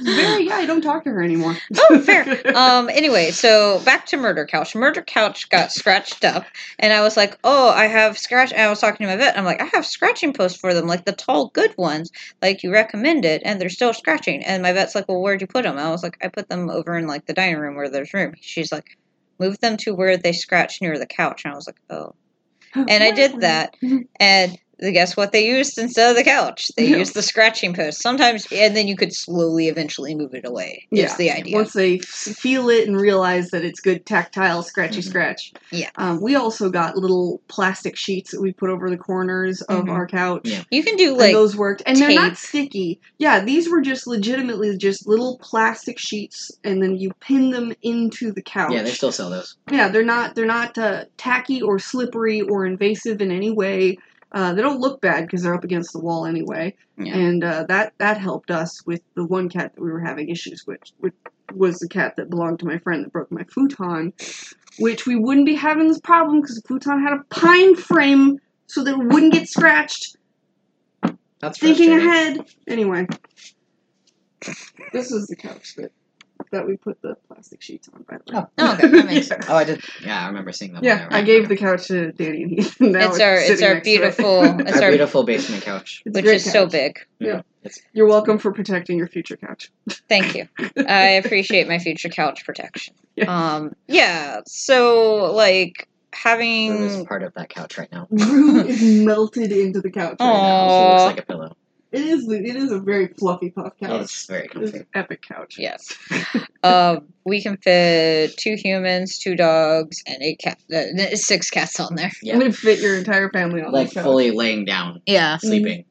Speaker 1: Very, yeah, I don't talk to her anymore.
Speaker 2: Oh, fair. um anyway so back to murder couch murder couch got scratched up and i was like oh i have scratch and i was talking to my vet i'm like i have scratching posts for them like the tall good ones like you recommend it and they're still scratching and my vet's like well where'd you put them i was like i put them over in like the dining room where there's room she's like move them to where they scratch near the couch and i was like oh and i did that and guess what they used instead of the couch they
Speaker 1: Yeah.
Speaker 2: used the scratching post sometimes and then you could slowly eventually move it away is
Speaker 1: Yeah.
Speaker 2: the idea
Speaker 1: Once they f- feel it and realize that it's good tactile scratchy
Speaker 3: Mhm.
Speaker 1: scratch.
Speaker 2: Mm-hmm. Yeah.
Speaker 1: Um, we also got little plastic sheets that we put over the corners of
Speaker 2: Mhm.
Speaker 1: our couch.
Speaker 3: Yeah.
Speaker 2: You can do
Speaker 1: And
Speaker 2: like
Speaker 1: those worked, and they're
Speaker 2: tape.
Speaker 1: not sticky. Yeah, these were just legitimately just little plastic sheets, and then you pin them into the couch.
Speaker 3: Yeah, they still sell those.
Speaker 1: Yeah, they're not they're not uh, tacky or slippery or invasive in any way. Uh, they don't look bad because they're up against the wall anyway,
Speaker 2: Yeah.
Speaker 1: and uh, that that helped us with the one cat that we were having issues with, which was the cat that belonged to my friend that broke my futon, which we wouldn't be having this problem because the futon had a pine frame so that it wouldn't get scratched.
Speaker 3: That's
Speaker 1: Thinking
Speaker 3: frustrating.
Speaker 1: ahead, anyway. This is the couch that that we put the plastic sheets on. By the way,
Speaker 3: Oh.
Speaker 2: Oh, okay, that makes
Speaker 1: Yeah.
Speaker 2: sense.
Speaker 3: Oh, I did. Yeah, I remember seeing them.
Speaker 1: Yeah, I gave the couch to Danny and Heath. and now
Speaker 2: Oh, it's our it's
Speaker 1: sitting
Speaker 2: our
Speaker 1: next to it.
Speaker 2: beautiful it's
Speaker 3: Our
Speaker 2: our
Speaker 3: beautiful basement couch.
Speaker 1: It's a
Speaker 2: which
Speaker 1: great
Speaker 2: is so
Speaker 1: couch.
Speaker 2: big.
Speaker 1: You're welcome for protecting your future couch.
Speaker 2: Thank you. I appreciate my future couch protection.
Speaker 1: Yeah.
Speaker 2: Um yeah, so like
Speaker 3: There is
Speaker 2: having
Speaker 3: part of that couch right now.
Speaker 1: Rue is melted into the couch
Speaker 3: Right
Speaker 1: right now.
Speaker 3: now, she
Speaker 2: Aw.
Speaker 3: looks like a pillow.
Speaker 1: It is it is a very fluffy puff couch.
Speaker 3: It's very
Speaker 1: It's
Speaker 3: comfy.
Speaker 1: an epic couch.
Speaker 2: yes. Um we can fit two humans, two dogs, and eight cat uh, six cats on there.
Speaker 3: Yeah.
Speaker 1: It would fit your entire family on
Speaker 3: Like
Speaker 1: the couch.
Speaker 3: fully laying down,
Speaker 2: Yeah.
Speaker 3: sleeping.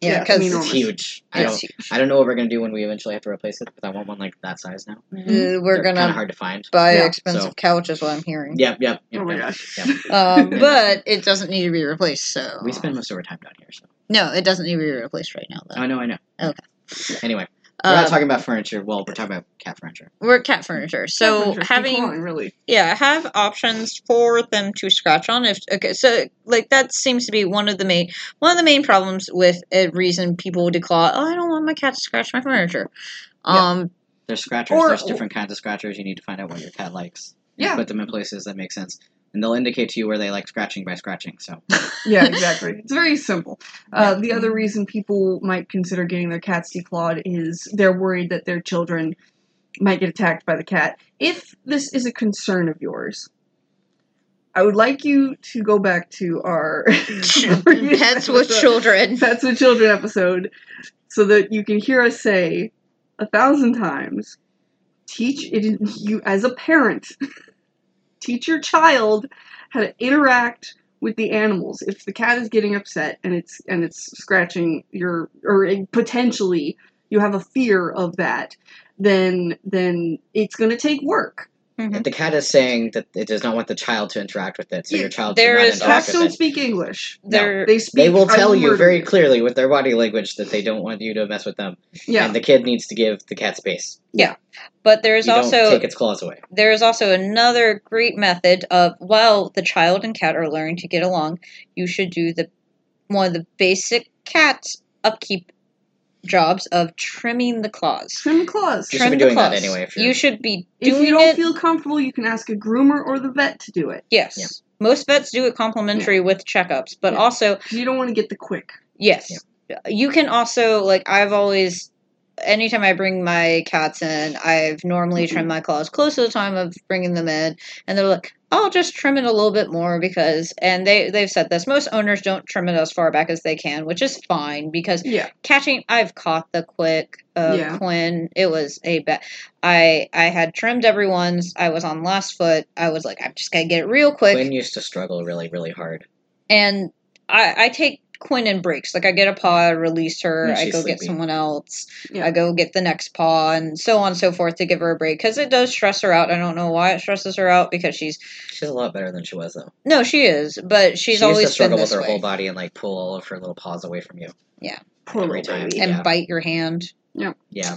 Speaker 2: Yeah,
Speaker 1: Yeah,
Speaker 2: because
Speaker 1: I mean,
Speaker 3: It's
Speaker 1: Enormous.
Speaker 3: huge.
Speaker 2: Mm,
Speaker 3: I
Speaker 2: it's Uh,
Speaker 3: don't. I don't know what we're gonna do when we eventually have to replace it, but I want one like that size now.
Speaker 2: uh, we're
Speaker 3: They're kind
Speaker 2: gonna
Speaker 3: of hard to find.
Speaker 2: buy
Speaker 1: Yeah,
Speaker 2: an expensive
Speaker 3: so-
Speaker 2: couch is what I'm hearing.
Speaker 3: Yep, yep. yep
Speaker 1: Oh my
Speaker 3: yep,
Speaker 1: gosh.
Speaker 3: Yep.
Speaker 2: Um, but it doesn't need to be replaced, so
Speaker 3: We spend most of our time down here, so
Speaker 2: No, it doesn't need to be replaced right now though.
Speaker 3: I know, I know.
Speaker 2: Oh. Okay.
Speaker 3: Anyway, we're
Speaker 2: Um,
Speaker 3: not talking about furniture. Well, we're talking about cat furniture.
Speaker 2: we're cat furniture. So
Speaker 1: Cat furniture is pretty
Speaker 2: having
Speaker 1: cool, really
Speaker 2: yeah, have options for them to scratch on if okay, so like that seems to be one of the main one of the main problems with a reason people declaw, oh, I don't want my cat to scratch my furniture.
Speaker 3: Yeah.
Speaker 2: Um
Speaker 3: There's scratchers.
Speaker 1: Or-
Speaker 3: There's different kinds of scratchers. You need to find out what your cat likes. You
Speaker 1: Yeah.
Speaker 3: Put them in places that make sense, and they'll indicate to you where they like scratching by scratching. So
Speaker 1: yeah, exactly. It's very simple. Uh, the other reason people might consider getting their cats declawed is they're worried that their children might get attacked by the cat. If this is a concern of yours, I would like you to go back to our previous
Speaker 2: Pets with
Speaker 1: episode-
Speaker 2: children.
Speaker 1: Pets with Children episode so that you can hear us say a thousand times teach it you as a parent teach your child how to interact with the animals if the cat is getting upset and it's and it's scratching your or it- potentially you have a fear of that then then it's going to take work
Speaker 3: If the cat is saying that it does not want the child to interact with it, so
Speaker 1: Yeah,
Speaker 3: your child
Speaker 2: there
Speaker 3: should not
Speaker 2: is-
Speaker 3: interact
Speaker 1: cats don't
Speaker 3: with it.
Speaker 1: speak english
Speaker 2: They're
Speaker 1: they speak
Speaker 3: They will
Speaker 1: I
Speaker 3: tell you
Speaker 1: murder
Speaker 3: very clearly with their body language that they don't want you to mess with them,
Speaker 1: yeah
Speaker 3: and the kid needs to give the cat space.
Speaker 2: but there's
Speaker 3: you don't
Speaker 2: also
Speaker 3: take its claws away.
Speaker 2: there is also another great method of while the child and cat are learning to get along, you should do the one of the basic cat upkeep jobs of trimming the claws.
Speaker 1: trim claws
Speaker 3: You should
Speaker 2: Trim
Speaker 3: be
Speaker 2: the
Speaker 3: doing that
Speaker 2: claws.
Speaker 3: anyway if you're-
Speaker 2: You should be
Speaker 1: If
Speaker 2: doing
Speaker 1: you don't
Speaker 2: it.
Speaker 1: feel comfortable, you can ask a groomer or the vet to do it.
Speaker 2: yes.
Speaker 3: Yeah.
Speaker 2: Most vets do it complimentary with checkups, but
Speaker 1: Yeah.
Speaker 2: also
Speaker 1: 'Cause you don't want to get the quick.
Speaker 2: Yes. You can also like I've always anytime I bring my cats in, I've normally
Speaker 3: Mm-hmm.
Speaker 2: trimmed my claws close to the time of bringing them in and they're like, "I'll just trim it a little bit more because" and they they've said this. Most owners don't trim it as far back as they can, which is fine because
Speaker 1: Yeah.
Speaker 2: catching I've caught the quick uh,
Speaker 1: Yeah.
Speaker 2: Quinn. It was a bet. I I had trimmed everyone's. I was on last foot. I was like, I'm just going to get it real quick
Speaker 3: Quinn used to struggle really, really hard.
Speaker 2: and I, I take Quinn in breaks. Like I get a paw, I release her,
Speaker 3: When
Speaker 2: I
Speaker 3: she's
Speaker 2: go get
Speaker 3: sleepy.
Speaker 2: someone else,
Speaker 1: Yeah.
Speaker 2: I go get the next paw, and so on and so forth to give her a break because it does stress her out. I don't know why it stresses her out because she's
Speaker 3: She's a lot better than she was though.
Speaker 2: no, she is, but she's
Speaker 3: she used to
Speaker 2: always been
Speaker 3: struggle with
Speaker 2: this
Speaker 3: her
Speaker 2: way
Speaker 3: whole body and like pull all of her little paws away from you.
Speaker 1: Poor
Speaker 3: Every
Speaker 1: little
Speaker 3: time.
Speaker 1: baby.
Speaker 2: and
Speaker 3: yeah.
Speaker 2: bite your hand.
Speaker 3: Yeah,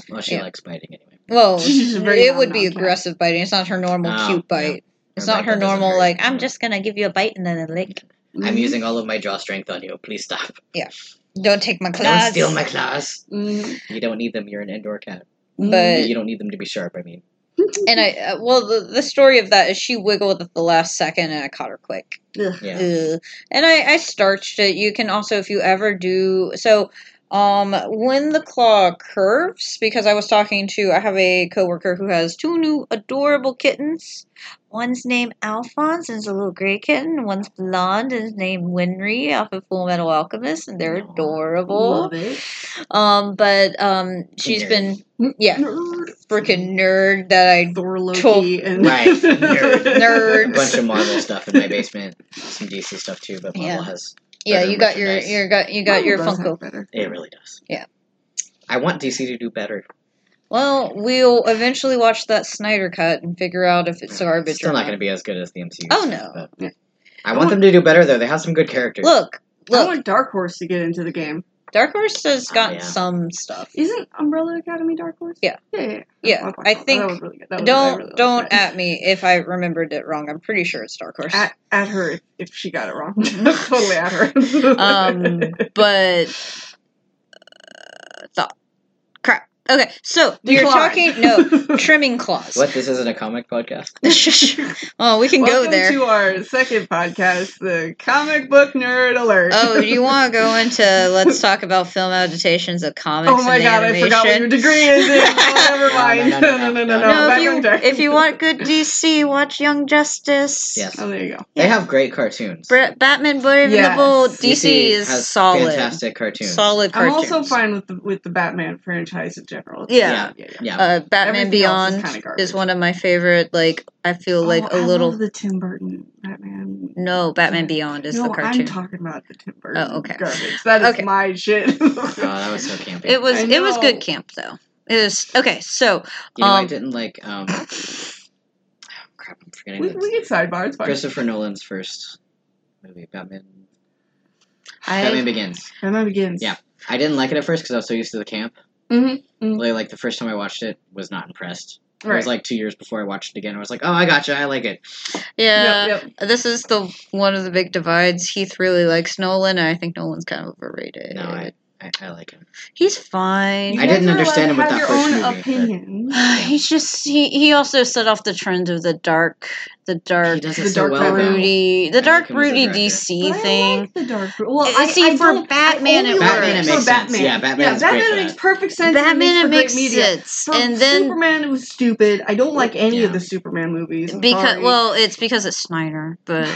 Speaker 3: well, she
Speaker 2: Yeah.
Speaker 3: likes biting anyway.
Speaker 2: Well,
Speaker 1: She's a very
Speaker 2: it would be
Speaker 1: non-non cat.
Speaker 2: aggressive biting. It's not her normal
Speaker 3: Oh,
Speaker 2: cute
Speaker 3: yeah.
Speaker 2: bite. It's
Speaker 3: Her
Speaker 2: not
Speaker 3: bite
Speaker 2: her
Speaker 3: that doesn't
Speaker 2: normal
Speaker 3: hurt.
Speaker 2: like I'm
Speaker 3: Yeah.
Speaker 2: just gonna give you a bite and then a lick.
Speaker 3: Mm-hmm.
Speaker 1: Mm-hmm.
Speaker 3: I'm using all of my jaw strength on you. Please stop.
Speaker 2: Don't take my
Speaker 3: Don't
Speaker 2: claws.
Speaker 3: steal my claws.
Speaker 1: Mhm.
Speaker 3: You don't need them. You're an indoor cat.
Speaker 2: But-
Speaker 3: you don't need them to be sharp. I mean,
Speaker 2: and I uh, well the, the story of that is she wiggled at the last second and I caught her quick.
Speaker 1: Ugh.
Speaker 3: yeah.
Speaker 2: Ugh. And I, I starched it. You can also, if you ever do so, um, when the claw curves, because I was talking to, I have a coworker who has two new adorable kittens. One's named Alphonse and is a little gray kitten. One's blonde and is named Winry off of Full Metal Alchemist, and they're
Speaker 3: Aw.
Speaker 2: adorable.
Speaker 1: Mm-hmm. Love it.
Speaker 2: Um, but um, she's been yeah,
Speaker 1: Nerd.
Speaker 2: freaking nerd that I
Speaker 1: Thor Loki and
Speaker 3: Right. Nerd.
Speaker 2: Nerd.
Speaker 3: A bunch of Marvel stuff in my basement. Some DC stuff too, but Marvel
Speaker 2: Yeah.
Speaker 3: has.
Speaker 2: yeah.
Speaker 3: Better
Speaker 2: You got your
Speaker 3: merchandise.
Speaker 2: you got you got your
Speaker 1: Marvel does
Speaker 2: Funko
Speaker 1: have better.
Speaker 3: It really does.
Speaker 2: Yeah.
Speaker 3: I want DC to do better.
Speaker 2: Well, we'll eventually watch that Snyder cut and figure out if it's garbage
Speaker 3: Still
Speaker 2: or
Speaker 3: not going to be as good as the MCU.
Speaker 2: Oh, no.
Speaker 3: but-
Speaker 1: Yeah.
Speaker 3: I want them to do better though. They have some good characters.
Speaker 2: Look,
Speaker 1: I
Speaker 2: look,
Speaker 1: want Dark Horse to get into the game.
Speaker 2: Dark Horse has
Speaker 3: Oh,
Speaker 2: got
Speaker 3: yeah.
Speaker 2: some stuff.
Speaker 1: Isn't Umbrella Academy Dark Horse?
Speaker 2: Yeah.
Speaker 1: Yeah, yeah.
Speaker 2: Yeah,
Speaker 1: I'll watch
Speaker 2: I
Speaker 1: Oh, that.
Speaker 2: think-
Speaker 1: that was really good. That was- I
Speaker 2: don't
Speaker 1: really liked
Speaker 2: don't
Speaker 1: that.
Speaker 2: at me if I remembered it wrong. I'm pretty sure it's Dark Horse.
Speaker 1: at, at her if, if she got it wrong. totally at her.
Speaker 2: um, but uh, thought crap. Okay, so we are
Speaker 1: Decline.
Speaker 2: talking no trimming claws.
Speaker 3: What? This isn't a comic podcast.
Speaker 2: oh, we can go
Speaker 1: Welcome
Speaker 2: there.
Speaker 1: to our second podcast, the comic book nerd alert.
Speaker 2: Oh, do you want to go into let's talk about film adaptations of comics?
Speaker 1: Oh my
Speaker 2: and
Speaker 1: god, I
Speaker 2: animation?
Speaker 1: forgot what your degree is. in. Oh, never
Speaker 3: No,
Speaker 1: mind.
Speaker 3: no, no, no,
Speaker 1: no,
Speaker 3: no, no.
Speaker 1: no,
Speaker 2: no,
Speaker 1: Back
Speaker 2: if you
Speaker 1: on track.
Speaker 2: if you want good DC, watch Young Justice.
Speaker 3: Yes.
Speaker 1: Oh, there you go.
Speaker 3: They have great cartoons.
Speaker 2: Bra- Batman Brave
Speaker 1: Yes.
Speaker 2: and the Bold. DC, is
Speaker 3: has
Speaker 2: solid.
Speaker 3: Fantastic cartoons.
Speaker 2: Solid
Speaker 1: I'm
Speaker 2: cartoons.
Speaker 1: also fine with the, with the Batman franchise in general.
Speaker 2: Yeah.
Speaker 1: yeah, yeah.
Speaker 3: Yeah.
Speaker 2: Uh, Batman
Speaker 1: Everything else is
Speaker 2: Beyond
Speaker 1: kinda garbage.
Speaker 2: is, one of my favorite. Like I feel like
Speaker 1: Oh,
Speaker 2: a
Speaker 1: I
Speaker 2: little.
Speaker 1: love the Tim Burton Batman.
Speaker 2: no, Batman
Speaker 1: Yeah.
Speaker 2: Beyond is
Speaker 1: no,
Speaker 2: the
Speaker 1: I'm
Speaker 2: cartoon.
Speaker 1: talking about the Tim Burton
Speaker 2: Oh, okay.
Speaker 1: garbage. That is
Speaker 2: Okay.
Speaker 1: my shit.
Speaker 3: oh, that was so campy.
Speaker 2: it was
Speaker 1: I
Speaker 2: it was
Speaker 1: know.
Speaker 2: good camp though. It is okay. So
Speaker 3: You know, I
Speaker 2: Um,
Speaker 3: didn't like. Um, crap, I'm forgetting.
Speaker 1: we,
Speaker 3: the-
Speaker 1: we can sidebar. It's fine.
Speaker 3: Christopher Nolan's first movie, Batman. Batman
Speaker 2: I
Speaker 3: Begins.
Speaker 1: Batman Begins.
Speaker 3: Yeah. I didn't like it at first because I was so used to the camp.
Speaker 1: hmm
Speaker 3: Like, like, the first time I watched it, was not impressed. It
Speaker 1: Right.
Speaker 3: was like two years before I watched it again. I was like, oh, I gotcha, I like it.
Speaker 2: yeah.
Speaker 1: Yep, yep.
Speaker 2: This is the one of the big divides. Heath really likes Nolan, and I think Nolan's kind of overrated.
Speaker 3: No, I, I I, I like him.
Speaker 2: He's fine.
Speaker 1: You
Speaker 3: I
Speaker 1: guys
Speaker 3: didn't
Speaker 1: are allowed
Speaker 3: understand
Speaker 1: to
Speaker 3: him with
Speaker 1: have
Speaker 3: that
Speaker 1: your
Speaker 3: first
Speaker 1: own
Speaker 3: movie, but-
Speaker 1: opinion.
Speaker 2: He's just he, he also set off the trend of the dark the
Speaker 3: he
Speaker 2: dark
Speaker 3: does
Speaker 1: The
Speaker 3: it so
Speaker 1: dark
Speaker 3: well. though.
Speaker 2: Rudy
Speaker 3: I
Speaker 2: the
Speaker 3: like
Speaker 2: dark
Speaker 3: him as a
Speaker 2: Rudy
Speaker 3: director.
Speaker 2: DC
Speaker 1: But I
Speaker 2: thing.
Speaker 1: like the dark. Well,
Speaker 2: Uh,
Speaker 1: I
Speaker 2: see,
Speaker 1: I
Speaker 2: for
Speaker 1: don't- I
Speaker 2: Batman,
Speaker 1: only
Speaker 2: it
Speaker 1: like
Speaker 3: Batman, it
Speaker 1: for
Speaker 3: makes sense.
Speaker 1: Batman.
Speaker 3: Yeah, Batman is
Speaker 1: Batman
Speaker 3: great for
Speaker 1: makes
Speaker 3: that.
Speaker 1: perfect sense.
Speaker 2: Batman it
Speaker 1: and
Speaker 2: makes
Speaker 1: makes for great media.
Speaker 2: sense.
Speaker 1: For
Speaker 2: and then
Speaker 1: Superman, it was stupid. I don't like any
Speaker 3: Yeah.
Speaker 1: of the Superman movies. I'm
Speaker 2: because
Speaker 1: sorry.
Speaker 2: well, it's because it's Snyder, but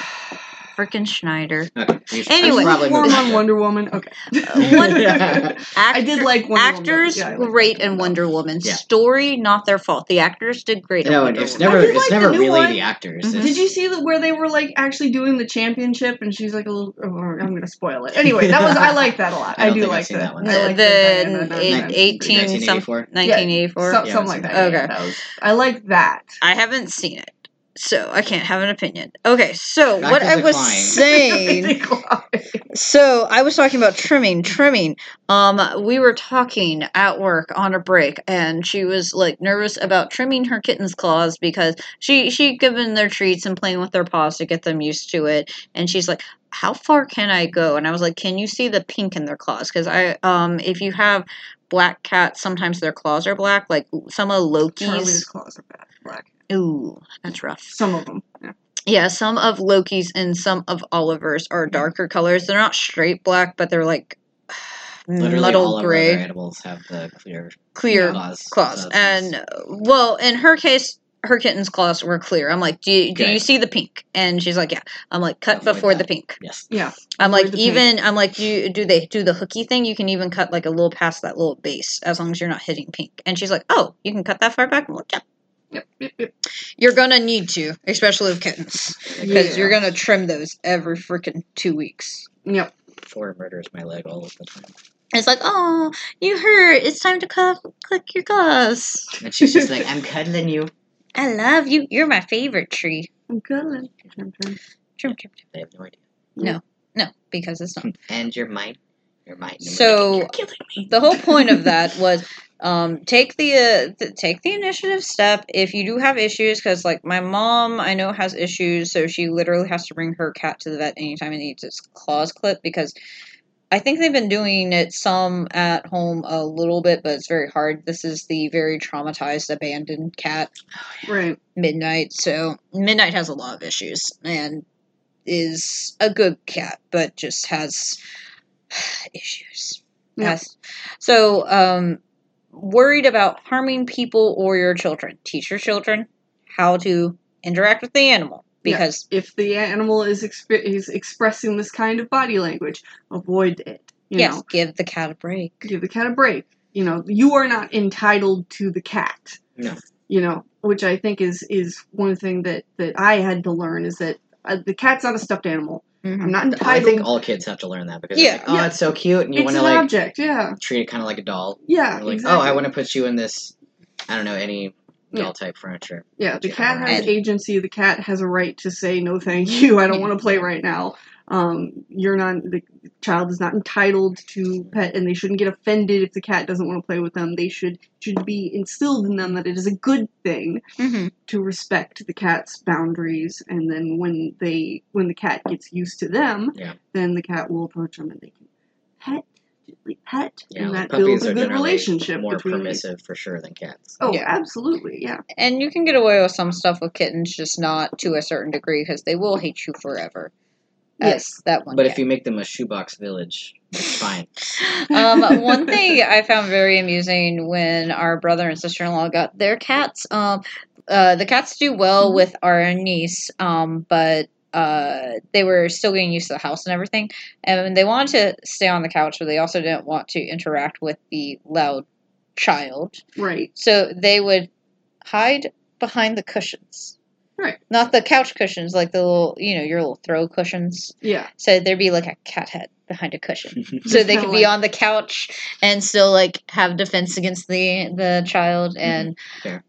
Speaker 2: freaking Schneider.
Speaker 3: Okay. we should- I should
Speaker 2: Anyway.
Speaker 3: probably move on
Speaker 1: warm on
Speaker 3: to-
Speaker 1: Wonder Woman. Okay,
Speaker 3: one-
Speaker 2: Actor,
Speaker 1: I did like Wonder Woman, though.
Speaker 2: actors
Speaker 1: Yeah, I liked
Speaker 2: great
Speaker 1: Wonder
Speaker 2: in
Speaker 1: Woman.
Speaker 2: Wonder Woman.
Speaker 3: Yeah.
Speaker 2: Story not their fault. The actors did great. in
Speaker 3: No,
Speaker 2: Wonder
Speaker 3: it's
Speaker 2: Woman.
Speaker 3: never
Speaker 1: I did
Speaker 3: it's
Speaker 1: like the
Speaker 3: never
Speaker 1: new
Speaker 3: really
Speaker 1: one. Mm-hmm.
Speaker 3: the actors.
Speaker 2: Mhm.
Speaker 3: It's-
Speaker 1: Did you see that where they were like actually doing the championship and she's like a little oh, I'm gonna spoil it. Anyway, that was I like that a lot.
Speaker 3: I
Speaker 1: I,
Speaker 3: don't
Speaker 1: do
Speaker 3: think I've
Speaker 1: like
Speaker 3: seen that one.
Speaker 1: I like
Speaker 2: the
Speaker 1: that.
Speaker 2: eight- eighteen some
Speaker 3: 1984?
Speaker 2: 1984.
Speaker 1: So,
Speaker 3: Yeah,
Speaker 1: something
Speaker 3: I've
Speaker 1: like
Speaker 3: seen
Speaker 1: that.
Speaker 2: that.
Speaker 1: yeah,
Speaker 2: Okay.
Speaker 1: that was- I like that.
Speaker 2: I haven't seen it, so I can't have an opinion. Okay, so
Speaker 3: Back
Speaker 2: what
Speaker 3: to
Speaker 2: I was
Speaker 3: decline.
Speaker 2: saying. so I was talking about trimming, trimming. Um, we were talking at work on a break, and she was like nervous about trimming her kitten's claws because she she given their treats and playing with their paws to get them used to it, and she's like. How far can I go? And I was like, "Can you see the pink in their claws?" Because I, um, if you have black cats, sometimes their claws are black. Like some of Loki's.
Speaker 1: Charlie's claws are bad. Black.
Speaker 2: Ooh, that's rough.
Speaker 1: Some of them. Yeah.
Speaker 2: Yeah, some of Loki's and some of Oliver's are darker colors. They're not straight black, but they're like
Speaker 3: Literally all
Speaker 2: muddled
Speaker 3: of our other
Speaker 2: gray,
Speaker 3: animals have the clear
Speaker 2: clear
Speaker 3: claws.
Speaker 2: claws.
Speaker 3: so it's-
Speaker 2: And uh, well, in her case, her kitten's claws were clear. I'm like, do you, do you
Speaker 3: Good.
Speaker 2: see the pink? And she's like, yeah. I'm like, cut
Speaker 3: Avoid
Speaker 2: before the
Speaker 3: that.
Speaker 2: pink.
Speaker 3: yes,
Speaker 1: Yeah.
Speaker 2: I'm
Speaker 1: Avoid
Speaker 2: like,
Speaker 1: the pink.
Speaker 2: even I'm like, do you, do they do the hooky thing? You can even cut like a little past that little base as long as you're not hitting pink. And she's like, oh, you can cut that far back. I'm like, yep.
Speaker 1: Yep, yep, yep.
Speaker 2: You're gonna need to, especially with kittens. Because you're
Speaker 1: Yeah.
Speaker 2: gonna trim those every freaking two weeks.
Speaker 1: Yep.
Speaker 3: four murders my leg all of the time.
Speaker 2: It's like, oh, you hurt. It's time to cuff, click your gloves.
Speaker 3: And she's just like, I'm cuddling you.
Speaker 2: I love you. You're my favorite tree.
Speaker 1: I'm cuddling. Trim, trim.
Speaker 2: Trim, trim, trim.
Speaker 3: I have no idea.
Speaker 2: No, because it's not.
Speaker 3: And you're mine. You're mine. And we're
Speaker 2: So-
Speaker 3: like, you're killing me.
Speaker 2: The whole point of that was um, take the uh, th- take the initiative step if you do have issues. Because like my mom, I know has issues, so she literally has to bring her cat to the vet anytime it needs its claws clipped because. I think they've been doing it some at home a little bit, but it's very hard. This is the very traumatized, abandoned cat.
Speaker 1: Right.
Speaker 2: Midnight. So Midnight has a lot of issues and is a good cat, but just has issues.
Speaker 1: Yeah.
Speaker 2: Yes. So um, worried about harming people or your children. Teach your children how to interact with the animal
Speaker 1: Yeah.
Speaker 2: because
Speaker 1: If the animal is exp- is expressing this kind of body language, avoid it. You
Speaker 2: yes,
Speaker 1: know,
Speaker 2: give the cat a break.
Speaker 1: give the cat a break. You know, you are not entitled to the cat.
Speaker 3: No.
Speaker 1: You know, which I think is is one thing that that I had to learn is that uh, the cat's not a stuffed animal.
Speaker 2: Mhm.
Speaker 1: I'm not
Speaker 3: Well, I
Speaker 1: entitled.
Speaker 3: think all kids have to learn that because
Speaker 2: Yeah,
Speaker 3: it's like, oh,
Speaker 1: yeah.
Speaker 3: it's so cute, and you
Speaker 1: it's
Speaker 3: want to
Speaker 1: an
Speaker 3: like
Speaker 1: object. Yeah.
Speaker 3: treat it kind of like a doll.
Speaker 1: Yeah.
Speaker 3: You're like,
Speaker 1: exactly.
Speaker 3: oh, I want to put you in this. I don't know any doll
Speaker 1: Yeah.
Speaker 3: type furniture.
Speaker 1: Yeah, the
Speaker 3: Yeah,
Speaker 1: cat
Speaker 3: right.
Speaker 1: has
Speaker 2: And-
Speaker 1: agency. The cat has a right to say no, thank you. I don't
Speaker 2: Yeah.
Speaker 1: want to play right now. Um, you're not the child is not entitled to pet, and they shouldn't get offended if the cat doesn't want to play with them. They should should be instilled in them that it is a good thing
Speaker 2: Mhm.
Speaker 1: to respect the cat's boundaries. And then when they when the cat gets used to them,
Speaker 3: Yeah.
Speaker 1: then the cat will approach them and they can pet, gently pet,
Speaker 3: Yeah,
Speaker 1: and
Speaker 3: like
Speaker 1: that
Speaker 3: puppies
Speaker 1: builds
Speaker 3: are
Speaker 1: a good
Speaker 3: generally
Speaker 1: relationship
Speaker 3: more
Speaker 1: between.
Speaker 3: permissive for sure than cats.
Speaker 1: Oh,
Speaker 2: Yeah.
Speaker 1: absolutely, yeah.
Speaker 2: And you can get away with some stuff with kittens, just not to a certain degree because they will hate you forever. Yes, that
Speaker 1: Oh,
Speaker 2: one.
Speaker 3: But
Speaker 2: cat.
Speaker 3: if you make them a shoebox village, it's fine.
Speaker 2: um, one thing I found very amusing when our brother and sister in law got their cats. Um, uh, the cats do well
Speaker 1: Mhm.
Speaker 2: with our niece, um, but uh, they were still getting used to the house and everything. And they wanted to stay on the couch, but they also didn't want to interact with the loud child.
Speaker 1: Right.
Speaker 2: So they would hide behind the cushions.
Speaker 1: Right.
Speaker 2: Not the couch cushions, like the little, you know, your little throw cushions.
Speaker 1: Yeah.
Speaker 2: So there'd be like a cat head behind a cushion so
Speaker 1: Just
Speaker 2: they
Speaker 1: kinda
Speaker 2: could be
Speaker 1: like-
Speaker 2: on the couch and still like have defense against the the child
Speaker 1: Mm-hmm.
Speaker 2: and
Speaker 3: Fair.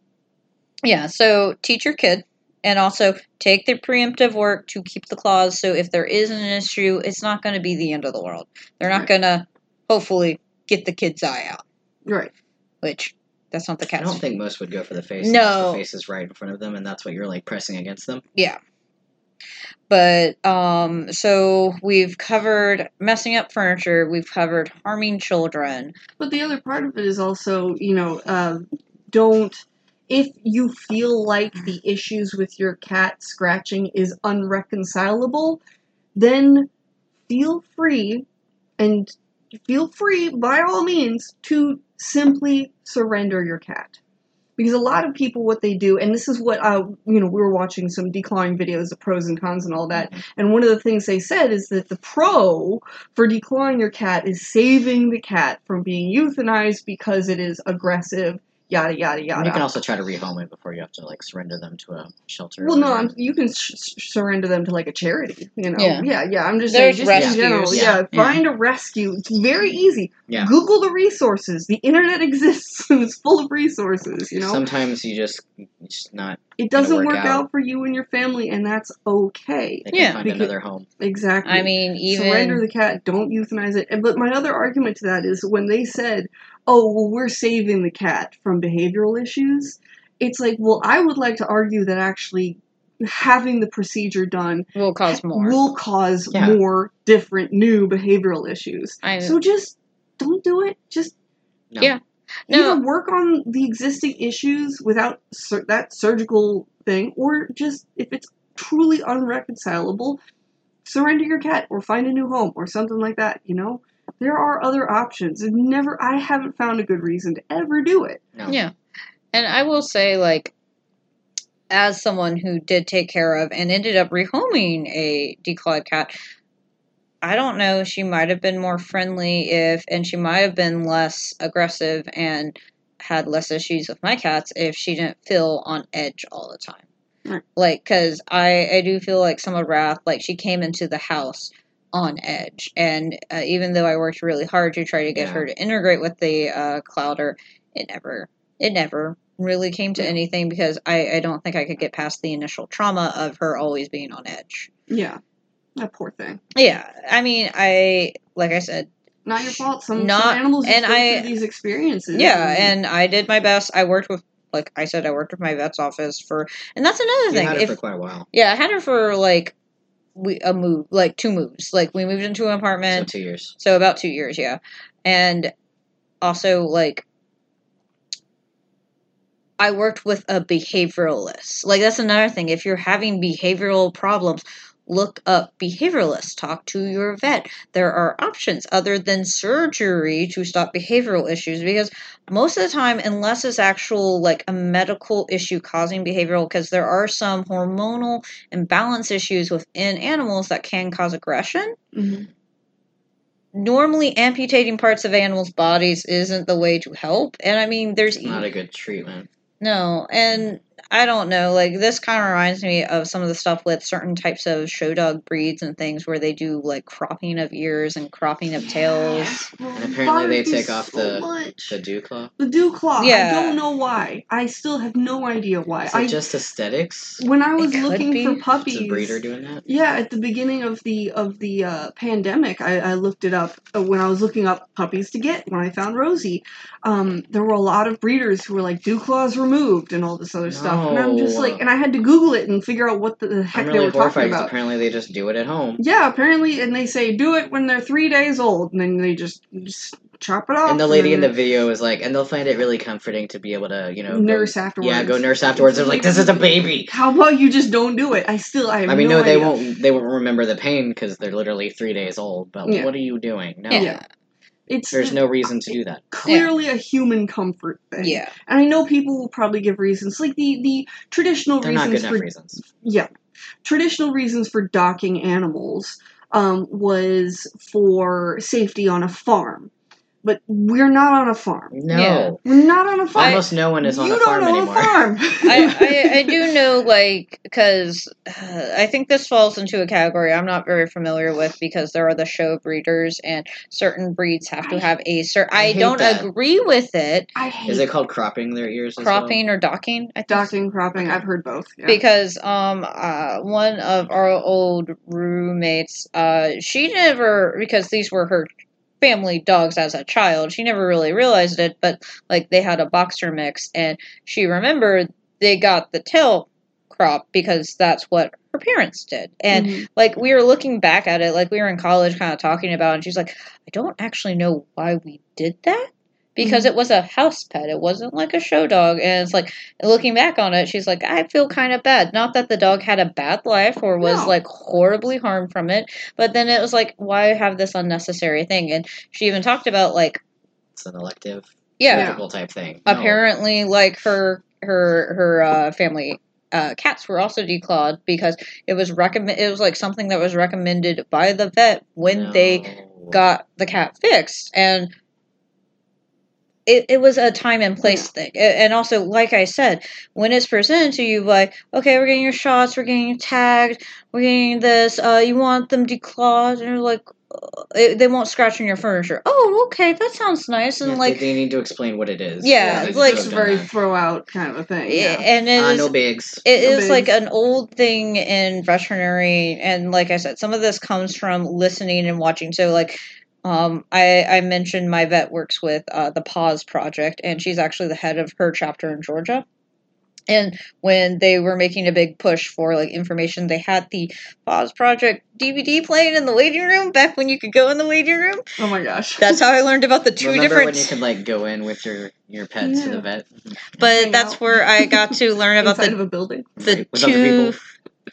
Speaker 2: yeah so teach your kid and also take the preemptive work to keep the clause so if there is an issue it's not going to be the end of the world they're not
Speaker 1: Right.
Speaker 2: going to hopefully get the kid's eye out
Speaker 1: Right.
Speaker 2: which that's not the
Speaker 3: I
Speaker 2: cat's
Speaker 3: don't think most would go for the face.
Speaker 2: No.
Speaker 3: unless The face is right in front of them, and that's what you're like pressing against them.
Speaker 2: yeah But um, so we've covered messing up furniture, we've covered harming children.
Speaker 1: But the other part of it is also, you know, uh, don't. If you feel like the issues with your cat scratching is unreconcilable, then feel free and feel free by all means to simply surrender your cat because a lot of people what they do and this is what uh, you know we were watching some declawing videos of pros and cons and all that and one of the things they said is that the pro for declawing your cat is saving the cat from being euthanized because it is aggressive yada yada
Speaker 3: And you can
Speaker 1: yada
Speaker 3: also try to rehome it before you have to like surrender them to a shelter.
Speaker 1: well
Speaker 3: or
Speaker 1: no
Speaker 3: whatever.
Speaker 1: I'm, you can sh- sh- surrender them to like a charity you know
Speaker 2: Yeah.
Speaker 1: yeah yeah, i'm just
Speaker 2: There's
Speaker 1: saying just
Speaker 2: rescues,
Speaker 1: in general
Speaker 2: yeah,
Speaker 1: yeah,
Speaker 2: yeah.
Speaker 1: find a rescue it's very easy
Speaker 3: Yeah.
Speaker 1: google the resources the internet exists and it's full of resources you know
Speaker 3: Sometimes you just it's not.
Speaker 1: it
Speaker 3: gonna
Speaker 1: doesn't
Speaker 3: work
Speaker 1: work,
Speaker 3: out.
Speaker 1: out. for you and your family, and that's okay.
Speaker 3: They can
Speaker 2: Yeah.
Speaker 3: find
Speaker 1: Because-
Speaker 3: another home.
Speaker 1: Exactly.
Speaker 2: I mean, even
Speaker 1: surrender the cat. Don't euthanize it. And, but my other argument to that is when they said, "Oh, well, we're saving the cat from behavioral issues," it's like, well, I would like to argue that actually having the procedure done
Speaker 2: will cause more.
Speaker 1: will cause
Speaker 3: Yeah.
Speaker 1: more different new behavioral issues.
Speaker 2: I,
Speaker 1: So just don't do it. Just
Speaker 3: No.
Speaker 2: Yeah. no,
Speaker 1: either work on the existing issues without sur- that surgical thing, or just if it's truly unreconcilable, surrender your cat or find a new home or something like that. You know, there are other options. It never, I haven't found a good reason to ever do it.
Speaker 3: No.
Speaker 2: Yeah. And I will say, like, as someone who did take care of and ended up rehoming a declawed cat, I don't know, she might have been more friendly if, and she might have been less aggressive and had less issues with my cats if she didn't feel on edge all the time.
Speaker 1: Right.
Speaker 2: Like, because I, I do feel like some of Wrath, like, she came into the house on edge. And uh, even though I worked really hard to try to get
Speaker 3: Yeah.
Speaker 2: her to integrate with the uh, Clouder, it never it never really came to
Speaker 1: Yeah.
Speaker 2: anything because I, I don't think I could get past the initial trauma of her always being on edge.
Speaker 1: Yeah, that poor thing.
Speaker 2: Yeah, I mean, I like I said,
Speaker 1: Not your fault. Some,
Speaker 2: Not-
Speaker 1: some animals just
Speaker 2: and
Speaker 1: go
Speaker 2: I-
Speaker 1: through these experiences. Mm-hmm.
Speaker 2: yeah,
Speaker 3: Mm-hmm.
Speaker 2: and I did my best. I worked with, like I said, I worked with my vet's office for, and that's another
Speaker 3: You
Speaker 2: thing.
Speaker 3: had it
Speaker 2: if
Speaker 3: for quite a while.
Speaker 2: yeah, I had her for like we a move, like two moves. Like we moved into an
Speaker 3: So
Speaker 2: apartment,
Speaker 3: two years.
Speaker 2: So about two years, yeah. And also, like, I worked with a behavioralist. Like, that's another thing. If you're having behavioral problems, look up behavioralists, talk to your vet. There are options other than surgery to stop behavioral issues because most of the time, unless it's actual like a medical issue causing behavioral, because there are some hormonal imbalance issues within animals that can cause aggression
Speaker 1: Mhm.
Speaker 2: normally amputating parts of animals' bodies isn't the way to help. And I mean, there's e
Speaker 3: It's not a good treatment.
Speaker 2: no, and I don't know. Like this kind of reminds me of some of the stuff with certain types of show dog breeds and things where they do like cropping of ears and cropping of tails.
Speaker 1: Well,
Speaker 3: And
Speaker 1: it
Speaker 3: apparently they
Speaker 1: bothers me
Speaker 3: take off
Speaker 1: so
Speaker 3: the-
Speaker 1: much.
Speaker 3: The dew claw.
Speaker 1: The dew claw.
Speaker 2: Yeah.
Speaker 1: I don't know why. I still have no idea why.
Speaker 3: Is it
Speaker 1: I
Speaker 3: just aesthetics?
Speaker 1: when I was
Speaker 2: could
Speaker 1: looking
Speaker 2: be.
Speaker 1: for
Speaker 2: It's a
Speaker 1: puppies.
Speaker 3: Is a breeder doing that?
Speaker 1: Yeah, at the beginning of the of the uh, pandemic, I, I looked it up uh, when I was looking up puppies to get. When I found Rosie, um, there were a lot of breeders who were like dew claws removed and all this other stuff, and I'm just
Speaker 3: No.
Speaker 1: like, and I had to Google it and figure out what the heck
Speaker 3: I'm really
Speaker 1: they were talking
Speaker 3: horrified because
Speaker 1: about.
Speaker 3: apparently they just do it at home.
Speaker 1: yeah, apparently, and they say do it when they're three days old, and then they just, just chop it off.
Speaker 3: And the lady in the
Speaker 1: then
Speaker 3: video is like, and they'll find it really comforting to be able to, you know, go-
Speaker 1: nurse afterwards.
Speaker 3: Yeah, go nurse afterwards. They're like, this is a baby.
Speaker 1: How about you just don't do it? I still I have
Speaker 3: I mean,
Speaker 1: no,
Speaker 3: no, they
Speaker 1: idea.
Speaker 3: won't. They won't remember the pain because they're literally three days old. But
Speaker 1: Yeah.
Speaker 3: what are you doing? No,
Speaker 2: Yeah.
Speaker 1: It's
Speaker 3: there's no reason to do that.
Speaker 1: clearly a human comfort thing.
Speaker 2: Yeah.
Speaker 1: And I know people will probably give reasons, like the the traditional
Speaker 3: They're not good
Speaker 1: reasons
Speaker 3: enough
Speaker 1: for
Speaker 3: reasons.
Speaker 1: yeah, traditional reasons for docking animals um, was for safety on a farm, but we're not on a farm.
Speaker 3: No,
Speaker 2: Yeah.
Speaker 1: We're not on a farm.
Speaker 3: almost no one is on
Speaker 1: you
Speaker 3: a
Speaker 1: don't
Speaker 3: farm
Speaker 1: own
Speaker 3: anymore.
Speaker 1: a farm.
Speaker 2: I, I, I do know, like, because uh, I think this falls into a category I'm not very familiar with because there are the show breeders and certain breeds have to
Speaker 1: I-
Speaker 2: have a certain.
Speaker 3: I
Speaker 2: I,
Speaker 3: hate
Speaker 2: don't
Speaker 3: that.
Speaker 2: agree with it.
Speaker 1: I hate
Speaker 3: Is it called cropping their ears? as well?
Speaker 2: Cropping or docking? I think
Speaker 1: docking, cropping. I've heard both. Yeah.
Speaker 2: because um uh one of our old roommates uh she never because these were her family dogs as a child she never really realized it but like they had a boxer mix and she remembered they got the tail crop because that's what her parents did. And
Speaker 1: Mhm.
Speaker 2: like we were looking back at it, like we were in college kind of talking about it, and she's like, I don't actually know why we did that. Because it was a house pet. It wasn't like a show dog. And it's like looking back on it, she's like, I feel kinda bad. Not that the dog had a bad life or was
Speaker 1: No.
Speaker 2: like horribly harmed from it, but then it was like, why have this unnecessary thing? And she even talked about like
Speaker 3: It's an elective
Speaker 2: yeah,
Speaker 3: surgical type thing. No.
Speaker 2: apparently like her her her uh, family uh, cats were also declawed because it was recommend it was like something that was recommended by the vet when they
Speaker 3: No.
Speaker 2: got the cat fixed and it, it was a time and place thing A- and also like i said when it's presented to you like okay we're getting your shots we're getting you tagged we're getting this uh, you want them declawed and you're like uh, it, they won't scratch on your furniture oh okay that sounds nice
Speaker 3: Yeah,
Speaker 2: and
Speaker 3: they-
Speaker 2: like
Speaker 3: they, need to explain what it is.
Speaker 2: Yeah,
Speaker 1: Yeah,
Speaker 3: they
Speaker 1: it's
Speaker 2: like-
Speaker 1: just
Speaker 3: could've
Speaker 1: a
Speaker 3: done
Speaker 1: very
Speaker 3: that.
Speaker 1: throw out kind of a thing.
Speaker 2: yeah.
Speaker 1: Yeah.
Speaker 2: eh, and it
Speaker 3: Ah,
Speaker 2: is-
Speaker 3: no bigs.
Speaker 2: It
Speaker 1: No
Speaker 2: is like
Speaker 1: bigs.
Speaker 2: an old thing in veterinary, and like I said, some of this comes from listening and watching. So, like, um, I I mentioned my vet works with uh, the Paws Project, and she's actually the head of her chapter in Georgia. And when they were making a big push for like information, they had the Paws Project DVD playing in the waiting room back when you could go in the waiting room.
Speaker 1: Oh my gosh.
Speaker 2: That's how I learned about the two
Speaker 3: Remember
Speaker 2: different.
Speaker 3: when you could like go in with your your pet to
Speaker 1: Yeah.
Speaker 3: the vet?
Speaker 2: but
Speaker 1: Hang
Speaker 2: that's
Speaker 1: out.
Speaker 2: where I got to learn about
Speaker 1: Inside
Speaker 2: the
Speaker 1: of a building.
Speaker 2: the
Speaker 3: With other
Speaker 2: two.
Speaker 3: people.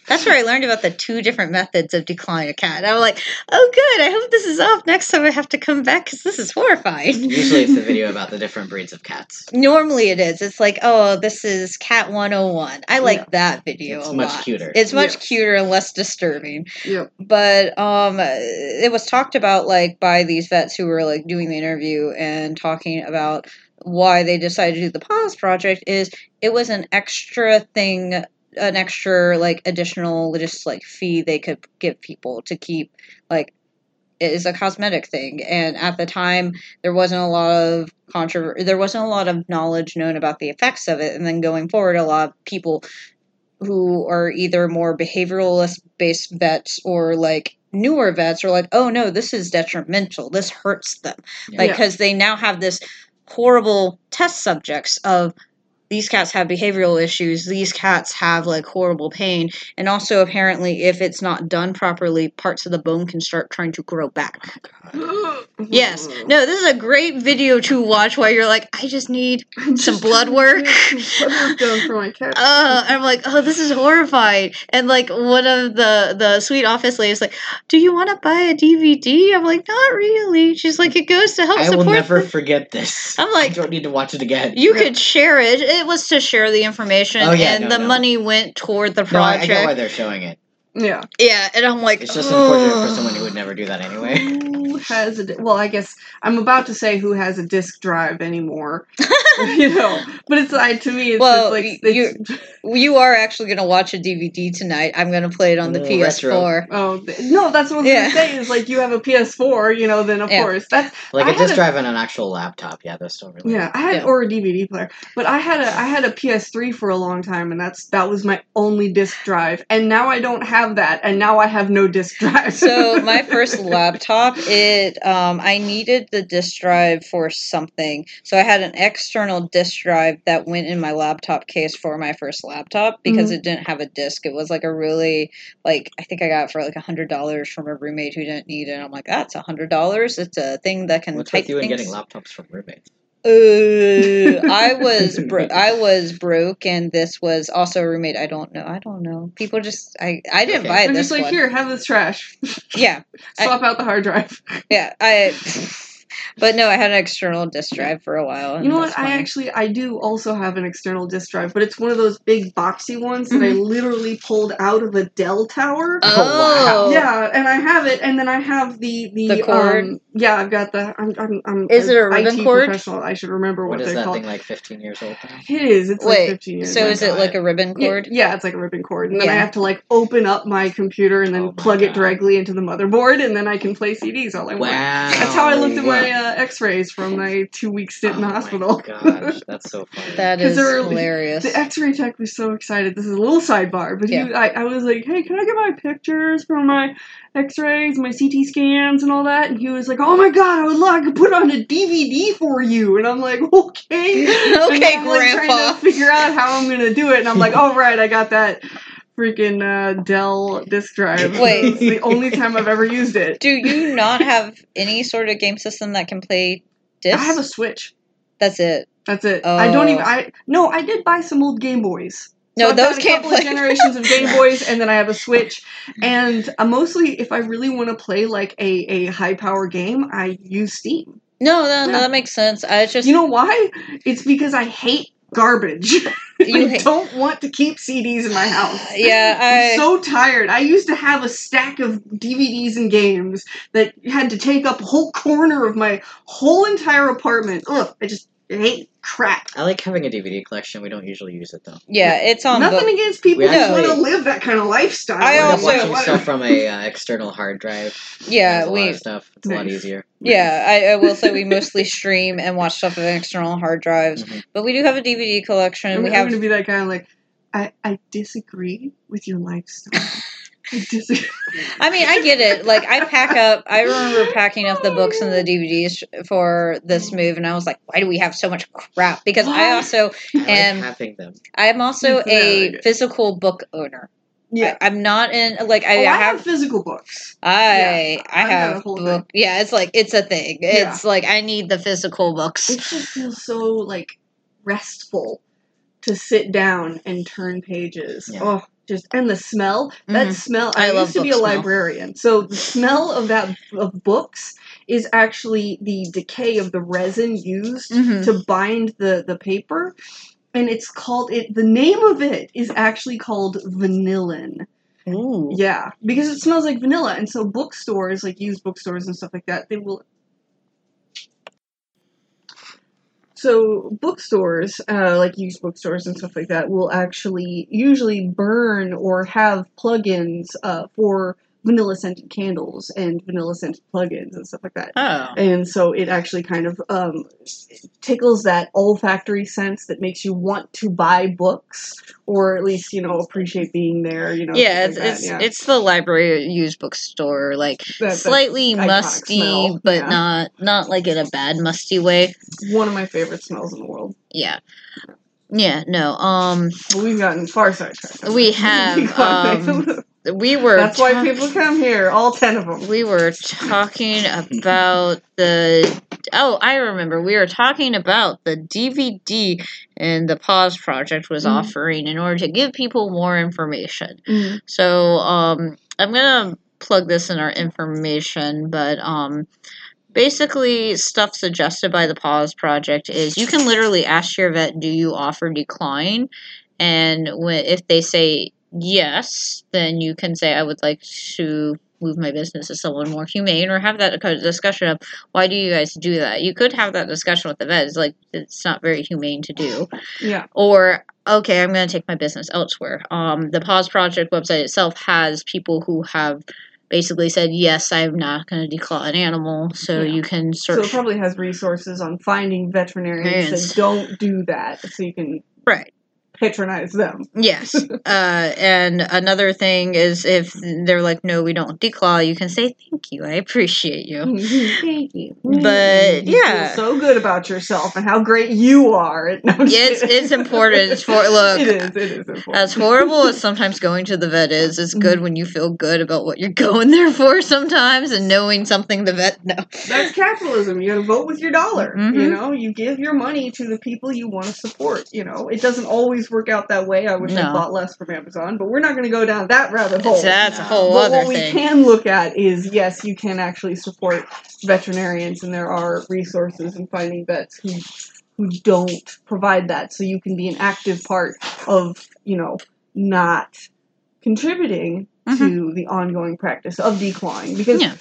Speaker 2: That's where I learned about the two different methods of declawing a cat. I was like, oh, good. I hope this is off next time I have to come back because this is horrifying.
Speaker 3: Usually, it's the video about the different breeds of cats.
Speaker 2: Normally it is. It's like, oh, this is Cat 101. I like
Speaker 1: Yeah.
Speaker 2: that video
Speaker 3: It's
Speaker 2: a
Speaker 3: much
Speaker 2: lot.
Speaker 3: cuter.
Speaker 2: It's much
Speaker 1: Yes.
Speaker 2: cuter and less disturbing.
Speaker 1: Yep.
Speaker 2: But um, it was talked about like by these vets who were like doing the interview and talking about why they decided to do the pause project is it was an extra thing, an extra like additional just like fee they could give people to keep like it is a cosmetic thing and at the time there wasn't a lot of controversy there wasn't a lot of knowledge known about the effects of it and then going forward a lot of people who are either more behavioralist based vets or like newer vets are like oh no this is detrimental this hurts them
Speaker 3: Yeah.
Speaker 2: like because they now have this horrible test subjects of these cats have behavioral issues these cats have like horrible pain and also apparently if it's not done properly parts of the bone can start trying to grow back Yes. No, this is a great video to watch while you're like, I just need.
Speaker 1: I'm
Speaker 2: Some
Speaker 1: just
Speaker 2: blood
Speaker 1: trying
Speaker 2: work.
Speaker 1: to get some blood work done for my cat.
Speaker 2: Uh, I'm like, oh, this is horrifying. And like one of the the sweet office ladies, like, do you want to buy a DVD? I'm like, not really. She's like, it goes to help
Speaker 3: I will
Speaker 2: support.
Speaker 3: never
Speaker 2: the-"
Speaker 3: forget this.
Speaker 2: I'm
Speaker 3: I
Speaker 2: like,
Speaker 3: don't need to watch it again.
Speaker 2: you could share it. It was to share the information,
Speaker 3: Oh, yeah,
Speaker 2: and
Speaker 3: no,
Speaker 2: the
Speaker 3: no.
Speaker 2: money went toward the
Speaker 3: no, I, I
Speaker 2: project.
Speaker 3: get why they're showing it.
Speaker 1: Yeah.
Speaker 2: yeah, and I'm like,
Speaker 3: It's just unfortunate for
Speaker 2: "Ugh."
Speaker 3: someone who would never do that anyway.
Speaker 1: Who has a di- well? I guess I'm about to say who has a disk drive anymore, you know. But it's like to me, it's
Speaker 2: Well,
Speaker 1: just like
Speaker 2: y-
Speaker 1: it's,
Speaker 2: You are actually going to watch a DVD tonight. I'm going to play it on the
Speaker 3: Ooh,
Speaker 2: PS4.
Speaker 3: retro.
Speaker 1: oh th- no, that's what I was
Speaker 2: Yeah.
Speaker 1: gonna say. Is like you have a PS4, you know. Then of
Speaker 2: Yeah.
Speaker 1: course that's
Speaker 3: Like
Speaker 1: I
Speaker 3: a
Speaker 1: had
Speaker 3: disk
Speaker 1: a-
Speaker 3: drive and an actual laptop. Yeah, they're still really.
Speaker 1: yeah. I had
Speaker 2: Yeah.
Speaker 1: or a DVD player, but I had a I had a PS3 for a long time, and that's that was my only disk drive. And now I don't have that, and now I have no disk drive.
Speaker 2: so my first laptop it um, i needed the disk drive for something so i had an external disk drive that went in my laptop case for my first laptop because
Speaker 3: Mm-hmm.
Speaker 2: it didn't have a disk it was like a really like i think i got it for like a hundred dollars from a roommate who didn't need it i'm like that's a hundred dollars it's a thing that can
Speaker 3: What's
Speaker 2: type
Speaker 3: with you and
Speaker 2: things
Speaker 3: getting laptops from roommates?
Speaker 2: uh, I was bro- I was broke, and this was also a roommate. I don't know. I don't know. People just I I didn't
Speaker 3: Okay.
Speaker 2: buy
Speaker 1: I'm
Speaker 2: this
Speaker 1: just like
Speaker 2: one.
Speaker 1: here, have this trash.
Speaker 2: Yeah, I-
Speaker 1: Swap out the hard drive.
Speaker 2: yeah. I but no, I had an external disk drive for a while. and
Speaker 1: You know what?
Speaker 2: Oh, that's
Speaker 1: I
Speaker 2: fine.
Speaker 1: actually I do also have an external disk drive, but it's one of those big boxy ones that
Speaker 2: Mm-hmm.
Speaker 1: I literally pulled out of a Dell tower.
Speaker 3: Oh, wow.
Speaker 2: Oh,
Speaker 1: Yeah, and I have it, and then I have the the,
Speaker 2: The cord?
Speaker 1: Um, yeah, I've got the. I'm. I'm, I'm
Speaker 2: Is it a
Speaker 1: I'm
Speaker 2: ribbon
Speaker 1: IT
Speaker 2: cord?
Speaker 1: Professional. I should remember what,
Speaker 3: What is
Speaker 1: they're
Speaker 3: that
Speaker 1: called.
Speaker 3: thing like? Fifteen years old. now?
Speaker 1: It is. It's
Speaker 2: Wait.
Speaker 1: like 15 years.
Speaker 2: so
Speaker 1: old.
Speaker 3: my
Speaker 2: is it like
Speaker 3: God.
Speaker 2: a ribbon
Speaker 1: Yeah,
Speaker 2: cord?
Speaker 1: Yeah, it's like a ribbon cord, and then I
Speaker 2: Yeah.
Speaker 1: have to like open up my computer and then
Speaker 3: Oh my
Speaker 1: plug it
Speaker 3: God.
Speaker 1: directly into the motherboard, and then I can play CDs all I want.
Speaker 3: Wow.
Speaker 1: That's how I looked at my my uh, X-rays from my two week stint in the hospital.
Speaker 3: Oh gosh, that's so funny.
Speaker 2: That
Speaker 1: 'Cause
Speaker 2: is
Speaker 1: they're-
Speaker 2: hilarious.
Speaker 1: The X-ray tech was so excited. This is a little sidebar, but he,
Speaker 2: Yeah.
Speaker 1: I, I was like, "Hey, can I get my pictures from my X-rays, my CT scans, and all that?" And he was like, "Oh my god, I would love I could put it on a DVD for you." And I'm like, "Okay, And
Speaker 2: okay,
Speaker 1: I'm, like,
Speaker 2: Grandpa.
Speaker 1: trying to figure out how I'm gonna do it, and I'm like, "All right, I got that freaking uh, Dell disk drive.
Speaker 2: Wait.
Speaker 1: it's the only time I've ever used it.
Speaker 2: Do you not have any sort of game system that can play discs?
Speaker 1: I have a Switch.
Speaker 2: That's it.
Speaker 1: That's it. I don't
Speaker 2: Oh.
Speaker 1: even. I no, I did buy some old Game Boys. So
Speaker 2: No,
Speaker 1: I've
Speaker 2: those
Speaker 1: got a
Speaker 2: can't
Speaker 1: couple of
Speaker 2: play.
Speaker 1: generations of Game Boys, and then I have a Switch. And uh, mostly, if I really want to play like a, a high power game, I use Steam.
Speaker 2: No, no, no,
Speaker 1: Yeah.
Speaker 2: that makes sense. I was just
Speaker 1: You know why? It's because I hate garbage.
Speaker 2: you
Speaker 1: I
Speaker 2: hate-
Speaker 1: don't want to keep CDs in my house.
Speaker 2: Yeah, I
Speaker 1: I'm so tired. I used to have a stack of DVDs and games that had to take up a whole corner of my whole entire apartment. Ugh, I just hate crap.
Speaker 3: I like having a DVD collection. We don't usually use it though.
Speaker 2: yeah, it's on
Speaker 1: Nothing
Speaker 2: the
Speaker 1: against people
Speaker 3: We
Speaker 1: who want to
Speaker 3: actually-
Speaker 1: live that kind of lifestyle.
Speaker 2: I
Speaker 3: I
Speaker 1: Like,
Speaker 2: also- Uh,
Speaker 3: watching
Speaker 1: what-
Speaker 3: stuff from a uh, external hard drive. There's
Speaker 2: yeah
Speaker 3: a lot
Speaker 2: we
Speaker 3: of stuff. It's a lot
Speaker 1: Nice.
Speaker 3: easier.
Speaker 2: yeah I, I will say we mostly stream and watch stuff on external hard drives,
Speaker 3: Mhm.
Speaker 2: but we do have a DVD collection.
Speaker 1: I'm,
Speaker 2: we
Speaker 1: I'm
Speaker 2: have
Speaker 1: Mm-hmm. gonna be that guy like, I, I disagree with your lifestyle. I disagree.
Speaker 2: I mean, I get it. Like, I pack up. I remember packing up the books and the DVDs for this move, and I was like, "Why do we have so much crap?" Because I
Speaker 1: Why?
Speaker 2: also,
Speaker 3: I like
Speaker 2: And-
Speaker 3: having them.
Speaker 2: I'm also
Speaker 1: Yeah, I
Speaker 2: a
Speaker 1: get it.
Speaker 2: physical book owner.
Speaker 1: Yeah.
Speaker 2: I, am not in like I,
Speaker 1: Oh, I have
Speaker 2: have.
Speaker 1: physical books.
Speaker 2: I
Speaker 1: yeah,
Speaker 2: I
Speaker 1: I've got a
Speaker 2: have
Speaker 1: whole
Speaker 2: book. Yeah, it's like it's a thing.
Speaker 1: Yeah.
Speaker 2: It's like I need the physical
Speaker 1: it
Speaker 2: books.
Speaker 1: just feels so like restful to sit down and turn pages.
Speaker 3: Yeah.
Speaker 1: Oh, just and the smell.
Speaker 2: Mhm.
Speaker 1: That smell. Mm-hmm. I,
Speaker 2: I love
Speaker 1: used to be a
Speaker 2: book smell.
Speaker 1: librarian, so the smell of that of books is actually the decay of the resin used
Speaker 2: Mhm.
Speaker 1: to bind the the paper. And it's called it. The name of it is actually called vanillin.
Speaker 2: Ooh.
Speaker 1: Yeah, because it smells like vanilla, and so bookstores, like used bookstores and stuff like that, they will. So bookstores, uh, like used bookstores and stuff like that, will actually usually burn or have plugins uh, for vanilla scented candles and vanilla scented plugins and stuff like that.
Speaker 2: Oh.
Speaker 1: And so it actually kind of um, tickles that olfactory sense that makes you want to buy books or at least you know appreciate being there. You know,
Speaker 2: Yeah, it's
Speaker 1: stuff like that,
Speaker 2: it's, it's the library used bookstore, like
Speaker 1: That- that's-
Speaker 2: slightly
Speaker 1: iconic
Speaker 2: musty,
Speaker 1: smell,
Speaker 2: but
Speaker 1: yeah.
Speaker 2: not not like in a bad musty way.
Speaker 1: one of my favorite smells in the world.
Speaker 2: Yeah. Yeah, no. Um
Speaker 1: But we've gotten far sidetracked. on
Speaker 2: We
Speaker 1: this.
Speaker 2: have, um,
Speaker 1: We've gotten-
Speaker 2: we were
Speaker 1: That's why
Speaker 2: ta-
Speaker 1: people come here, all ten of them.
Speaker 2: we were talking about the oh, I remember. We were talking about the DVD and the Pause Project was
Speaker 1: Mhm.
Speaker 2: offering in order to give people more information. So um, I'm gonna plug this in our information, but um, basically, stuff suggested by the Pause Project is you can literally ask your vet, "Do you offer decline?" And when, if they say yes, then you can say, "I would like to." Move my business to someone more humane, or have that co- discussion of why do you guys do that? You could have that discussion with the vet. It's like it's not very humane to do
Speaker 1: Yeah.
Speaker 2: or okay i'm going to take my business elsewhere um, the pause project website itself has people who have basically said yes i'm not going to declaw an animal so
Speaker 1: Yeah.
Speaker 2: you can
Speaker 1: So
Speaker 2: search
Speaker 1: it probably has resources on finding veterinarians
Speaker 2: Veterinarians.
Speaker 1: that don't do that, so you can
Speaker 2: right
Speaker 1: patronize them.
Speaker 2: yes uh, and another thing is if they're like no we don't declaw you can say thank you i appreciate you
Speaker 1: Thank you.
Speaker 2: But,
Speaker 1: You
Speaker 2: yeah.
Speaker 1: feel so good about yourself and how great you are. No, I'm just
Speaker 2: It's-
Speaker 1: kidding.
Speaker 2: it's important for- look,
Speaker 1: It is. It is important.
Speaker 2: as horrible as sometimes going to the vet is it's
Speaker 1: Mm-hmm.
Speaker 2: good when you feel good about what you're going there for sometimes and knowing something the vet knows
Speaker 1: That's capitalism. You got to vote with your dollar.
Speaker 2: Mhm.
Speaker 1: You know, you give your money to the people you want to support. You know, it doesn't always work out that way. I wish
Speaker 2: No.
Speaker 1: I bought less from Amazon, but we're not going to go down that rabbit hole.
Speaker 2: that's a
Speaker 3: no.
Speaker 2: whole
Speaker 1: but
Speaker 2: other
Speaker 1: what we
Speaker 2: thing
Speaker 1: can look at is yes, you can actually support veterinarians, and there are resources in finding vets who who don't provide that, so you can be an active part of you know not contributing to the ongoing practice of declawing because
Speaker 2: Mm-hmm.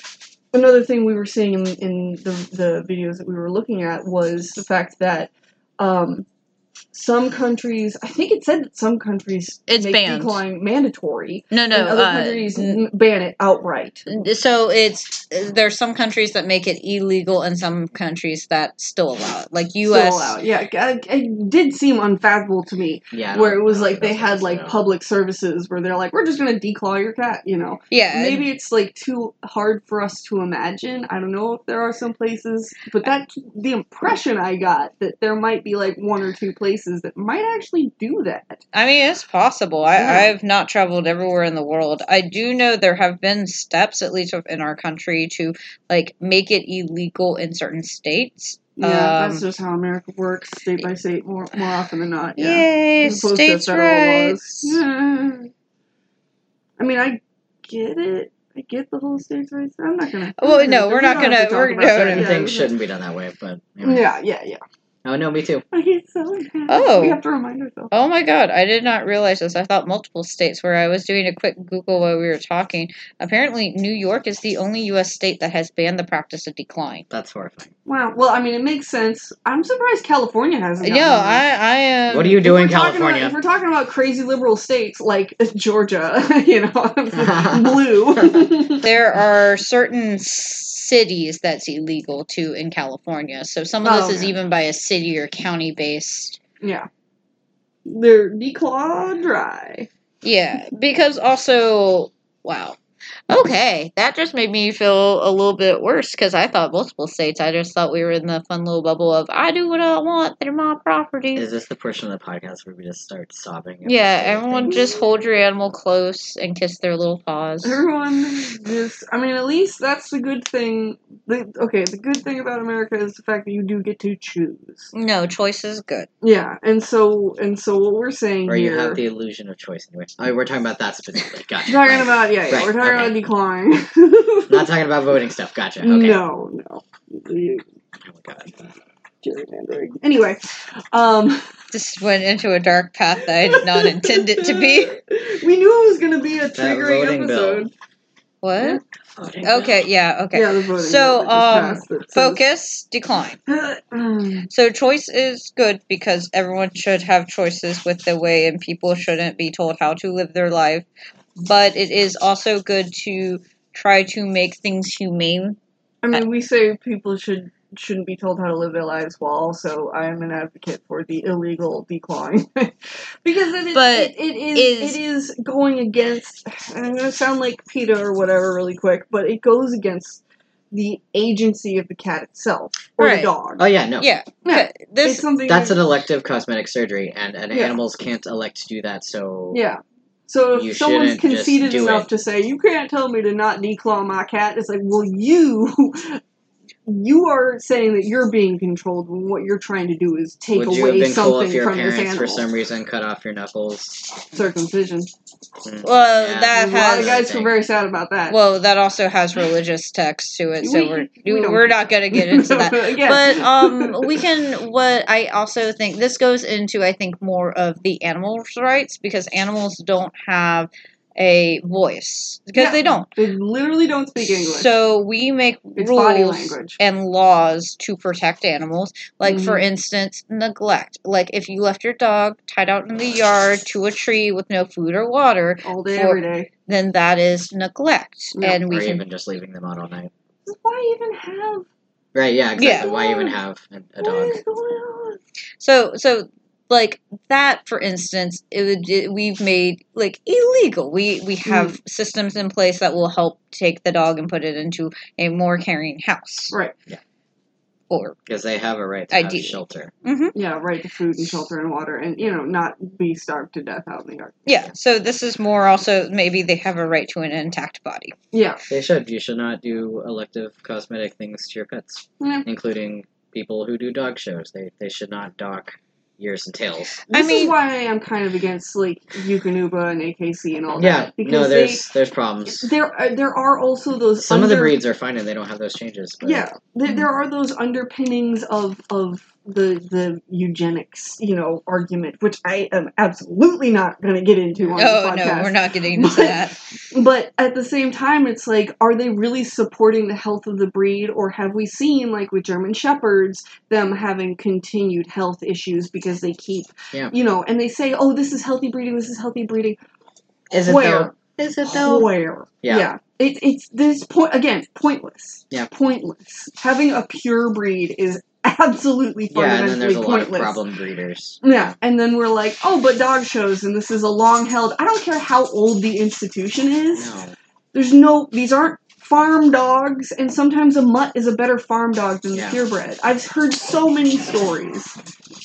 Speaker 2: Yeah.
Speaker 1: another thing we were seeing in, in the, the videos that we were looking at was the fact that um, some countries, I think it said that some countries
Speaker 2: It's
Speaker 1: make
Speaker 2: banned.
Speaker 1: decline mandatory.
Speaker 2: No, no.
Speaker 1: and other
Speaker 2: uh,
Speaker 1: countries
Speaker 2: n-
Speaker 1: n- ban it outright.
Speaker 2: so it's there's some countries that make it illegal and some countries that still allow it. Like
Speaker 1: Still
Speaker 2: U.S.
Speaker 1: allowed. Yeah, it, it did seem unfathomable to me
Speaker 3: Yeah. I don't-
Speaker 1: where it
Speaker 3: I
Speaker 1: was
Speaker 3: don't
Speaker 1: like
Speaker 3: think
Speaker 1: they
Speaker 3: that's
Speaker 1: had
Speaker 3: what
Speaker 1: like
Speaker 3: it's about.
Speaker 1: public services where they're like, we're just going to declaw your cat, you know.
Speaker 2: yeah,
Speaker 1: Maybe it's like too hard for us to imagine. I don't know if there are some places, but that the impression I got that there might be like one or two places that might actually do that.
Speaker 2: I mean, it's possible. I,
Speaker 1: Yeah.
Speaker 2: I've not traveled everywhere in the world. I do know there have been steps, at least in our country, to like make it illegal in certain states.
Speaker 1: Yeah,
Speaker 2: Um,
Speaker 1: that's just how America works, state by state, more more often than not. Yeah.
Speaker 2: Yay,
Speaker 1: As opposed to
Speaker 2: states'
Speaker 1: federal
Speaker 2: rights.
Speaker 1: laws. Yeah. I mean, I get it. I get the whole states' rights. I'm not gonna. I'm
Speaker 2: Well,
Speaker 1: not
Speaker 2: no,
Speaker 1: gonna-
Speaker 2: we're not
Speaker 1: we don't have
Speaker 2: gonna-
Speaker 1: to talk
Speaker 2: we're-
Speaker 1: about
Speaker 2: no,
Speaker 1: that.
Speaker 2: no, no.
Speaker 3: Certain
Speaker 1: Yeah,
Speaker 3: things
Speaker 1: it-
Speaker 3: shouldn't be done that way, but anyway.
Speaker 1: Yeah, yeah, yeah.
Speaker 3: Oh no, me too.
Speaker 1: I get so mad.
Speaker 2: Oh.
Speaker 1: we have to remind ourselves.
Speaker 2: Oh my god, I did not realize this. I thought multiple states where I was doing a quick Google while we were talking. Apparently, New York is the only U.S. state that has banned the practice of decline.
Speaker 3: That's horrifying.
Speaker 1: Wow. Well, I mean, it makes sense. I'm surprised California hasn't.
Speaker 2: No,
Speaker 1: gotten one.
Speaker 2: I, I am.
Speaker 3: What do you
Speaker 1: If
Speaker 3: do
Speaker 1: we're
Speaker 3: in
Speaker 1: talking
Speaker 3: California?
Speaker 1: About, if we're talking about crazy liberal states like Georgia, you know, blue.
Speaker 2: There are certain cities that's illegal too in California. So some of
Speaker 1: Oh,
Speaker 2: this is
Speaker 1: okay.
Speaker 2: even by a city or county based.
Speaker 1: yeah. They're declawed dry.
Speaker 2: Yeah, because also, wow. Okay, that just made me feel a little bit worse because I thought multiple states. I just thought we were in the fun little bubble of I do what I want, they're my property.
Speaker 3: Is this the portion of the podcast where we just start sobbing? at
Speaker 2: yeah,
Speaker 3: the state of
Speaker 2: everyone
Speaker 3: things?
Speaker 2: just hold your animal close and kiss their little paws.
Speaker 1: Everyone just, I mean, at least that's the good thing. The, okay, the good thing about America is the fact that you do get to choose.
Speaker 2: No, choice is good.
Speaker 1: Yeah, and so, and so what we're saying
Speaker 3: Where
Speaker 1: here.
Speaker 3: you have the illusion of choice. Anyway, I mean, we're talking about that specifically. Gotcha.
Speaker 1: We're talking
Speaker 3: Right.
Speaker 1: about, yeah,
Speaker 3: Right,
Speaker 1: yeah, we're talking
Speaker 3: okay.
Speaker 1: about decline.
Speaker 3: Not talking about voting stuff. Gotcha. Okay.
Speaker 1: No, no. You-
Speaker 3: Oh my god.
Speaker 1: gerrymandering. Anyway, um,
Speaker 2: This went into a dark path that I did not intend it to be.
Speaker 1: We knew it was going to be a
Speaker 3: That
Speaker 1: triggering
Speaker 3: voting bill.
Speaker 1: episode.
Speaker 2: What?
Speaker 3: Voting
Speaker 2: Okay, yeah, okay.
Speaker 1: Yeah, the voting
Speaker 2: So,
Speaker 1: bill that
Speaker 2: um,
Speaker 1: just passed that um, says-
Speaker 2: Focus, decline. So choice is good because everyone should have choices with their way and people shouldn't be told how to live their life. But it is also good to try to make things humane.
Speaker 1: I
Speaker 2: Uh,
Speaker 1: mean, we say people should shouldn't be told how to live their lives, while also I am an advocate for the illegal decline because it is,
Speaker 2: But
Speaker 1: it, it is,
Speaker 2: is-
Speaker 1: it is going against. and I'm going to sound like PETA or whatever really quick, but it goes against the agency of the cat itself or
Speaker 2: Right.
Speaker 1: the dog.
Speaker 3: Oh yeah, no.
Speaker 2: Yeah.
Speaker 1: Yeah.
Speaker 2: but This
Speaker 1: it's something
Speaker 3: That's
Speaker 1: that-
Speaker 3: an elective cosmetic surgery, and, and
Speaker 1: Yeah.
Speaker 3: animals can't elect to do that. So
Speaker 1: yeah. So if
Speaker 3: You
Speaker 1: someone's
Speaker 3: shouldn't just
Speaker 1: conceited
Speaker 3: do
Speaker 1: enough
Speaker 3: it.
Speaker 1: to say you can't tell me to not declaw my cat, it's like, well, you. You are saying that you're being controlled when what you're trying to do is take
Speaker 3: would you have
Speaker 1: away
Speaker 3: been
Speaker 1: something
Speaker 3: cool if your
Speaker 1: from this
Speaker 3: parents,
Speaker 1: animal.
Speaker 3: for some reason, cut off your knuckles? Hmm.
Speaker 1: Circumcision.
Speaker 2: well
Speaker 3: Yeah.
Speaker 1: A
Speaker 2: that
Speaker 1: lot
Speaker 2: has
Speaker 1: of
Speaker 3: guys-
Speaker 1: guys were very sad about that.
Speaker 2: well that also has religious text to it, so
Speaker 1: We-
Speaker 2: we're
Speaker 1: we don't-
Speaker 2: we're not gonna get into that.
Speaker 1: Again.
Speaker 2: but um we can what i also think this goes into i think more of the animals rights because animals don't have a voice because
Speaker 1: Yeah.
Speaker 2: they don't
Speaker 1: they literally don't speak English.
Speaker 2: so we make
Speaker 1: It's
Speaker 2: rules
Speaker 1: body language.
Speaker 2: and laws to protect animals like for
Speaker 1: Mhm.
Speaker 2: instance neglect like if you left your dog tied out in the yard to a tree with no food or water
Speaker 1: all day,
Speaker 2: for-
Speaker 1: every day.
Speaker 2: then that is neglect
Speaker 1: Yeah.
Speaker 2: and we
Speaker 3: or
Speaker 2: can
Speaker 3: even just leaving them out all night.
Speaker 1: Why even have?
Speaker 3: Right? Yeah. Exactly.
Speaker 1: Yeah.
Speaker 3: Why even have a, a
Speaker 1: What
Speaker 3: dog?
Speaker 1: is going on?
Speaker 2: So so like that for instance, it would it, we've made like illegal. We we
Speaker 1: Hmm.
Speaker 2: have systems in place that will help take the dog and put it into a more caring house.
Speaker 1: Right.
Speaker 2: Or
Speaker 3: Because they have a right to
Speaker 2: Ideally.
Speaker 3: have shelter.
Speaker 2: mhm.
Speaker 1: Yeah, right to food and shelter and water, and you know, not be starved to death out in the yard.
Speaker 2: yeah. So this is more also maybe they have a right to an intact body.
Speaker 1: Yeah,
Speaker 3: They should. You should not do elective cosmetic things to your pets,
Speaker 1: Yeah.
Speaker 3: including people who do dog shows. They they should not dock ears and tails.
Speaker 1: this
Speaker 2: mean-
Speaker 1: is why I am kind of against like Yukonuba and AKC and all
Speaker 3: Yeah.
Speaker 1: that.
Speaker 3: No.
Speaker 1: because
Speaker 3: There's there's problems.
Speaker 1: they, there are- there are also those
Speaker 3: Some of the
Speaker 1: under-
Speaker 3: breeds are fine and they don't have those changes. But
Speaker 1: Yeah, there, there are those underpinnings of of the the eugenics, you know, argument, which I am absolutely not going to get into on
Speaker 2: Oh
Speaker 1: the podcast.
Speaker 2: no, we're not getting into
Speaker 1: But-
Speaker 2: that.
Speaker 1: But at the same time, it's like, are they really supporting the health of the breed, or have we seen, like with German Shepherds, them having continued health issues because they keep,
Speaker 3: Yeah.
Speaker 1: you know, and they say, oh, this is healthy breeding, this is healthy breeding.
Speaker 3: Is it
Speaker 1: Where?
Speaker 2: though? Is it though?
Speaker 1: Where?
Speaker 3: Yeah.
Speaker 1: It, it's this point again. Pointless.
Speaker 3: Yeah.
Speaker 1: Pointless. Having a pure breed is absolutely
Speaker 3: Yeah, and
Speaker 1: fundamentally
Speaker 3: then there's a lot
Speaker 1: pointless.
Speaker 3: of problem breeders.
Speaker 1: Yeah, and then we're like, oh, but dog shows, and this is a long held. I don't care how old the institution is.
Speaker 3: No.
Speaker 1: There's no. These aren't farm dogs, and sometimes a mutt is a better farm dog than
Speaker 3: Yeah.
Speaker 1: the purebred. I've heard so many stories, and,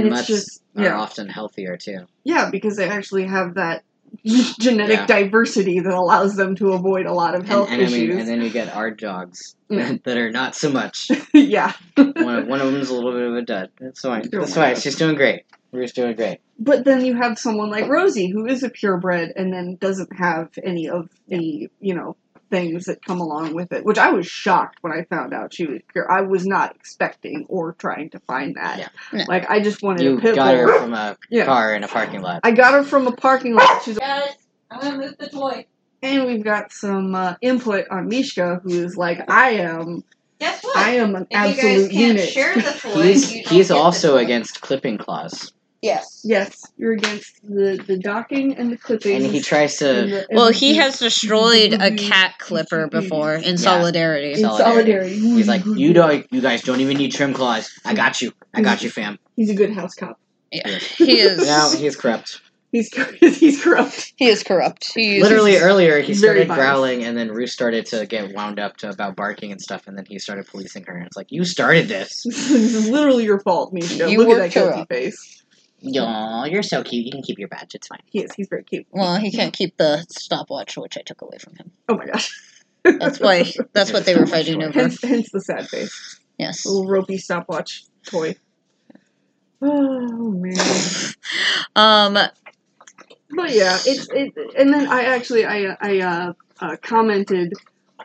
Speaker 3: And
Speaker 1: it's
Speaker 3: mutts
Speaker 1: just
Speaker 3: are
Speaker 1: yeah,
Speaker 3: often healthier too.
Speaker 1: yeah, because they actually have that genetic
Speaker 3: Yeah.
Speaker 1: diversity that allows them to avoid a lot of
Speaker 3: And,
Speaker 1: health
Speaker 3: and I
Speaker 1: issues.
Speaker 3: mean, and then you get our dogs
Speaker 1: Yeah.
Speaker 3: that are not so much.
Speaker 1: yeah.
Speaker 3: One of, one of them's a little bit of a dud. That's fine.
Speaker 1: Oh
Speaker 3: That's
Speaker 1: my
Speaker 3: fine.
Speaker 1: God.
Speaker 3: She's doing great. Ruth's doing great.
Speaker 1: But then you have someone like Rosie who is a purebred and then doesn't have any of the, you know, things that come along with it, which I was shocked when I found out she was pure. I was not expecting or trying to find that.
Speaker 3: Yeah.
Speaker 2: No.
Speaker 1: Like I just wanted
Speaker 3: You
Speaker 1: a pit
Speaker 3: got
Speaker 1: bull.
Speaker 3: her from a
Speaker 1: Yeah.
Speaker 3: car in a parking lot.
Speaker 1: I got her from a parking lot. She's
Speaker 2: Guys, I'm gonna move the toy.
Speaker 1: and we've got some uh, input on Mishka who is like I am
Speaker 2: Guess what?
Speaker 1: I am an absolute unit.
Speaker 2: the
Speaker 3: He's, he's also against clipping claws,
Speaker 2: Yes.
Speaker 1: Yes, you're against the the docking and the clipping.
Speaker 3: and he tries to.
Speaker 2: Well, he has destroyed a cat clipper before in
Speaker 3: Yeah.
Speaker 1: in
Speaker 2: solidarity.
Speaker 1: solidarity.
Speaker 3: solidarity. He's like, you don't, you guys don't even need trim claws. I got you. I got you, fam.
Speaker 1: He's a good house cop.
Speaker 2: Yeah. He is
Speaker 3: Now he's corrupt.
Speaker 1: He's he's corrupt.
Speaker 2: he is corrupt. He is
Speaker 3: Literally earlier, he
Speaker 1: Very
Speaker 3: started
Speaker 1: biased.
Speaker 3: growling, and then Ruth started to get wound up to about barking and stuff, and then he started policing her. And it's like, you started this.
Speaker 1: this is literally your fault, Misha.
Speaker 2: You
Speaker 1: Look
Speaker 2: were
Speaker 1: at that guilty
Speaker 2: corrupt.
Speaker 1: face.
Speaker 3: Aw, you're so cute. You can keep your badge. It's fine.
Speaker 1: He is. He's very cute.
Speaker 2: well, he can't keep the stopwatch, which I took away from him.
Speaker 1: Oh my gosh.
Speaker 2: That's why. That's what they were fighting over.
Speaker 1: hence, hence the sad face.
Speaker 2: Yes.
Speaker 1: Little ropey stopwatch toy. Oh man.
Speaker 2: Um.
Speaker 1: But yeah, it's it, and then I actually I I uh, uh, commented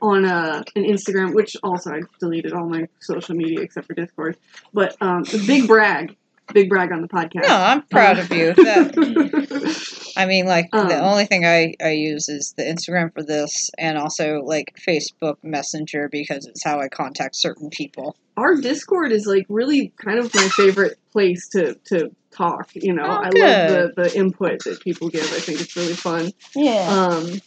Speaker 1: on uh, an Instagram, which also I deleted all my social media except for Discord. But um, the big brag, big brag on the podcast.
Speaker 2: No, I'm proud of you. That, I mean, like the
Speaker 1: Um.
Speaker 2: only thing I I use is the Instagram for this, and also like Facebook Messenger because it's how I contact certain people.
Speaker 1: Our Discord is like really kind of my favorite place to to talk. You know,
Speaker 2: Oh,
Speaker 1: I love
Speaker 2: good.
Speaker 1: the the input that people give. I think it's really fun.
Speaker 2: Yeah.
Speaker 1: Um,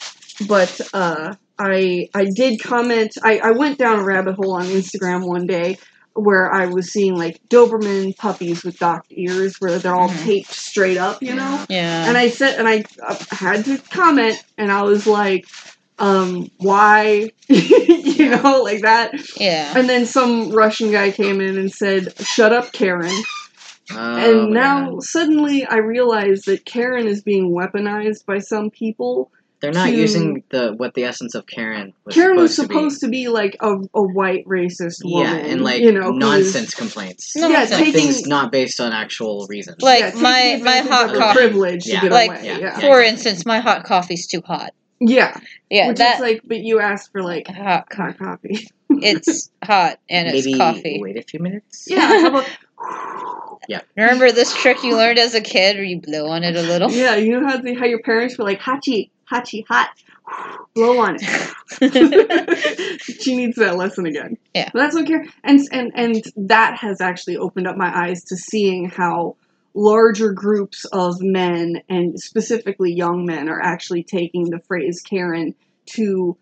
Speaker 1: but uh, I I did comment. I, I went down a rabbit hole on Instagram one day where I was seeing like Doberman puppies with docked ears, where they're all
Speaker 2: Mhm.
Speaker 1: taped straight up, you know.
Speaker 2: yeah.
Speaker 1: And I said, and I uh, had to comment, and I was like, um, why, you know, like that.
Speaker 2: yeah.
Speaker 1: And then some Russian guy came in and said, "Shut up, Karen."
Speaker 3: Oh,
Speaker 1: And now
Speaker 3: yeah.
Speaker 1: suddenly I realize that Karen is being weaponized by some people
Speaker 3: they're not
Speaker 1: to-
Speaker 3: using the what the essence of Karen was
Speaker 1: Karen
Speaker 3: supposed,
Speaker 1: was supposed to be, like a, a white racist
Speaker 3: to be.
Speaker 1: woman.
Speaker 3: yeah, and like
Speaker 1: you know, who
Speaker 3: nonsense complaints.
Speaker 1: Was,
Speaker 2: No,
Speaker 1: yeah,
Speaker 2: it's like
Speaker 3: like
Speaker 1: taking
Speaker 3: things not based on actual reasons.
Speaker 2: Like,
Speaker 1: yeah, taking
Speaker 2: my-
Speaker 1: advantage
Speaker 2: my
Speaker 1: of
Speaker 2: hot
Speaker 1: her
Speaker 3: coffee.
Speaker 1: privilege
Speaker 3: Yeah.
Speaker 1: to get
Speaker 2: Like,
Speaker 1: away.
Speaker 3: yeah, yeah.
Speaker 1: Yeah,
Speaker 2: For instance, my hot coffee's too hot.
Speaker 1: yeah.
Speaker 2: Yeah,
Speaker 1: Which
Speaker 2: that
Speaker 1: is like, but you asked for like
Speaker 2: hot. co-
Speaker 1: hot coffee.
Speaker 2: It's hot and it's
Speaker 3: Maybe
Speaker 2: coffee.
Speaker 3: wait a few minutes.
Speaker 1: Yeah, how about-
Speaker 2: Remember this trick you learned as a kid where you blow on it a little?
Speaker 1: yeah. You know how the, how your parents were like hachi hachi hot, blow on it. she needs that lesson again.
Speaker 2: Yeah.
Speaker 1: But that's okay. And and and that has actually opened up my eyes to seeing how larger groups of men and specifically young men are actually taking the phrase Karen to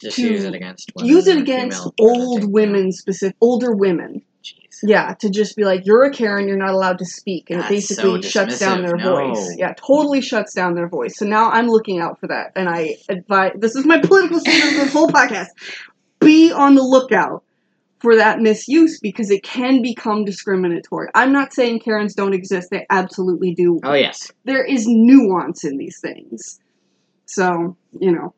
Speaker 3: Just
Speaker 1: to
Speaker 3: use it against women
Speaker 1: use it
Speaker 3: or
Speaker 1: against
Speaker 3: female
Speaker 1: old
Speaker 3: representation.
Speaker 1: women specific older women.
Speaker 3: Jeez.
Speaker 1: Yeah, to just be like you're a Karen, you're not allowed to speak and
Speaker 3: That's
Speaker 1: it basically
Speaker 3: so
Speaker 1: shuts down
Speaker 3: dismissive.
Speaker 1: their
Speaker 3: No.
Speaker 1: voice. Yeah, totally shuts down their voice. So now I'm looking out for that and I advise this is my political statement for this whole podcast be on the lookout for that misuse because it can become discriminatory. I'm not saying Karens don't exist, they absolutely do.
Speaker 3: Oh yes.
Speaker 1: There is nuance in these things. So, you know,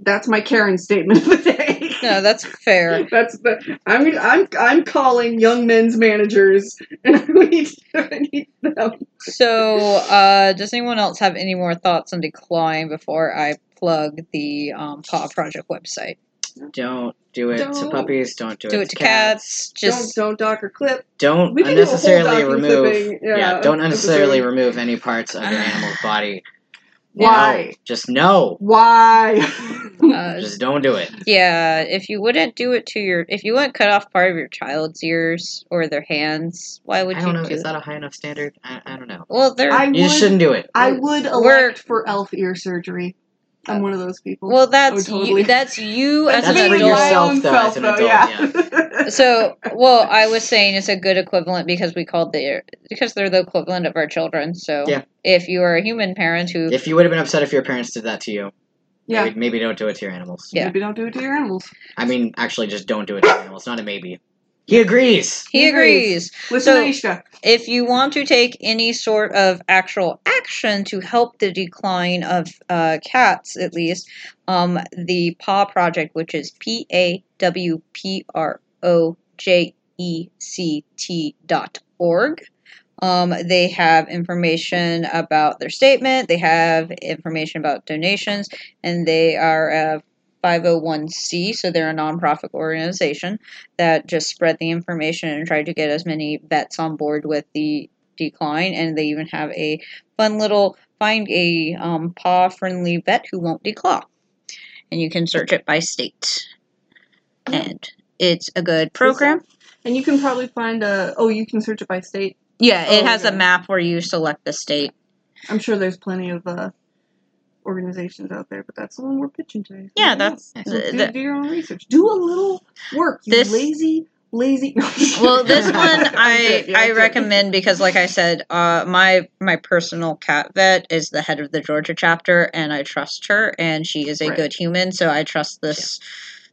Speaker 1: that's my Karen statement of the day.
Speaker 2: No, that's fair.
Speaker 1: That's the I'm gonna- I'm I'm calling young men's managers and I need, I need them.
Speaker 2: So, uh, does anyone else have any more thoughts on decline before I plug the um, Paw Project website?
Speaker 3: Just don't do it to
Speaker 1: Don't.
Speaker 3: puppies. Don't do,
Speaker 2: Do it to cats. Just
Speaker 1: don't don't dock or clip.
Speaker 3: Don't
Speaker 1: We can do a whole
Speaker 3: unnecessarily
Speaker 1: document
Speaker 3: remove.
Speaker 1: clipping,
Speaker 3: Yeah,
Speaker 1: yeah,
Speaker 3: don't
Speaker 1: episode.
Speaker 3: unnecessarily remove any parts of an animal's body.
Speaker 1: Why?
Speaker 3: No, just no.
Speaker 1: Why?
Speaker 2: uh,
Speaker 3: Just don't do it.
Speaker 2: Yeah, if you wouldn't do it to your, if you wouldn't cut off part of your child's ears or their hands, why would
Speaker 3: I
Speaker 2: you
Speaker 3: don't know.
Speaker 2: do
Speaker 3: Is
Speaker 2: that?
Speaker 3: that a high enough standard? I, I don't know.
Speaker 2: Well, they're
Speaker 1: I
Speaker 3: You
Speaker 1: would.
Speaker 3: just shouldn't do it.
Speaker 1: I would elect
Speaker 2: We're-
Speaker 1: for elf ear surgery. I'm one of those people.
Speaker 2: well, that's
Speaker 1: totally.
Speaker 2: you, that's you as
Speaker 1: That's
Speaker 2: an
Speaker 3: That's for
Speaker 1: me,
Speaker 2: adult.
Speaker 1: my
Speaker 3: yourself,
Speaker 1: own
Speaker 3: though,
Speaker 1: self,
Speaker 3: as an
Speaker 1: though,
Speaker 3: adult,
Speaker 1: yeah.
Speaker 2: So, well, I was saying it's a good equivalent because we called the because they're the equivalent of our children. So,
Speaker 3: Yeah.
Speaker 2: if you are a human parent who
Speaker 3: If you would have been upset if your parents did that to you,
Speaker 1: yeah.
Speaker 3: maybe, maybe don't do it to your animals.
Speaker 2: Yeah.
Speaker 1: Maybe don't do it to your animals.
Speaker 3: I mean, actually, just don't do it to your animals. Not a maybe. He agrees.
Speaker 2: he
Speaker 1: He
Speaker 2: agrees.
Speaker 1: agrees. Listen
Speaker 2: So-
Speaker 1: to Ishka.
Speaker 2: if you want to take any sort of actual action to help the decline of uh, cats, at least, um, the PAW project, which is P A W P R O J E C T dot org. Um, they have information about their statement, they have information about donations, and they are a 501c, so they're a nonprofit organization that just spread the information and tried to get as many vets on board with the decline. And they even have a fun little find a um, paw friendly vet who won't declaw. And you can search it by state. And it's a good program.
Speaker 1: And you can probably find a. Oh, you can search it by state.
Speaker 2: Yeah, it has a
Speaker 1: Okay.
Speaker 2: map where you select the state.
Speaker 1: I'm sure there's plenty of uh, organizations out there, but that's the one we're pitching today. So
Speaker 2: Yeah, that's-
Speaker 1: yeah. So do,
Speaker 2: the-
Speaker 1: do your own research. Do a little work. You
Speaker 2: This-
Speaker 1: lazy, lazy.
Speaker 2: Well, this one I
Speaker 1: did, yeah,
Speaker 2: I
Speaker 1: did.
Speaker 2: recommend because, like I said, uh, my my personal cat vet is the head of the Georgia chapter, and I trust her, and she is a
Speaker 1: Right.
Speaker 2: good human, so I trust this.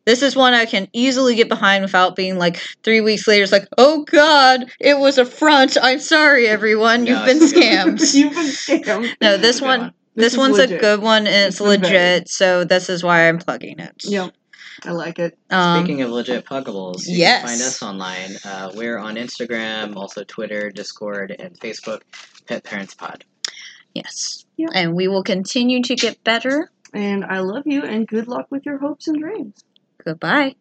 Speaker 2: This is one I can easily get behind without being like three weeks later. It's like, oh god, it was a front. I'm sorry, everyone.
Speaker 3: No,
Speaker 2: You've been
Speaker 3: it's okay.
Speaker 2: scammed.
Speaker 1: You've been scammed.
Speaker 2: No, this
Speaker 3: Good
Speaker 2: one- this
Speaker 1: is
Speaker 2: one's a
Speaker 1: legit.
Speaker 2: good one, and it's,
Speaker 1: It's been vetted.
Speaker 2: legit. So this is why I'm plugging it.
Speaker 1: Yep, I like it.
Speaker 2: Um,
Speaker 3: Speaking of legit puggables, you
Speaker 2: yes.
Speaker 3: can find us online. Uh, we're on Instagram, also Twitter, Discord, and Facebook. Pet Parents Pod.
Speaker 2: yes.
Speaker 1: Yep.
Speaker 2: And we will continue to get better.
Speaker 1: And I love you, and good luck with your hopes and dreams.
Speaker 2: Goodbye.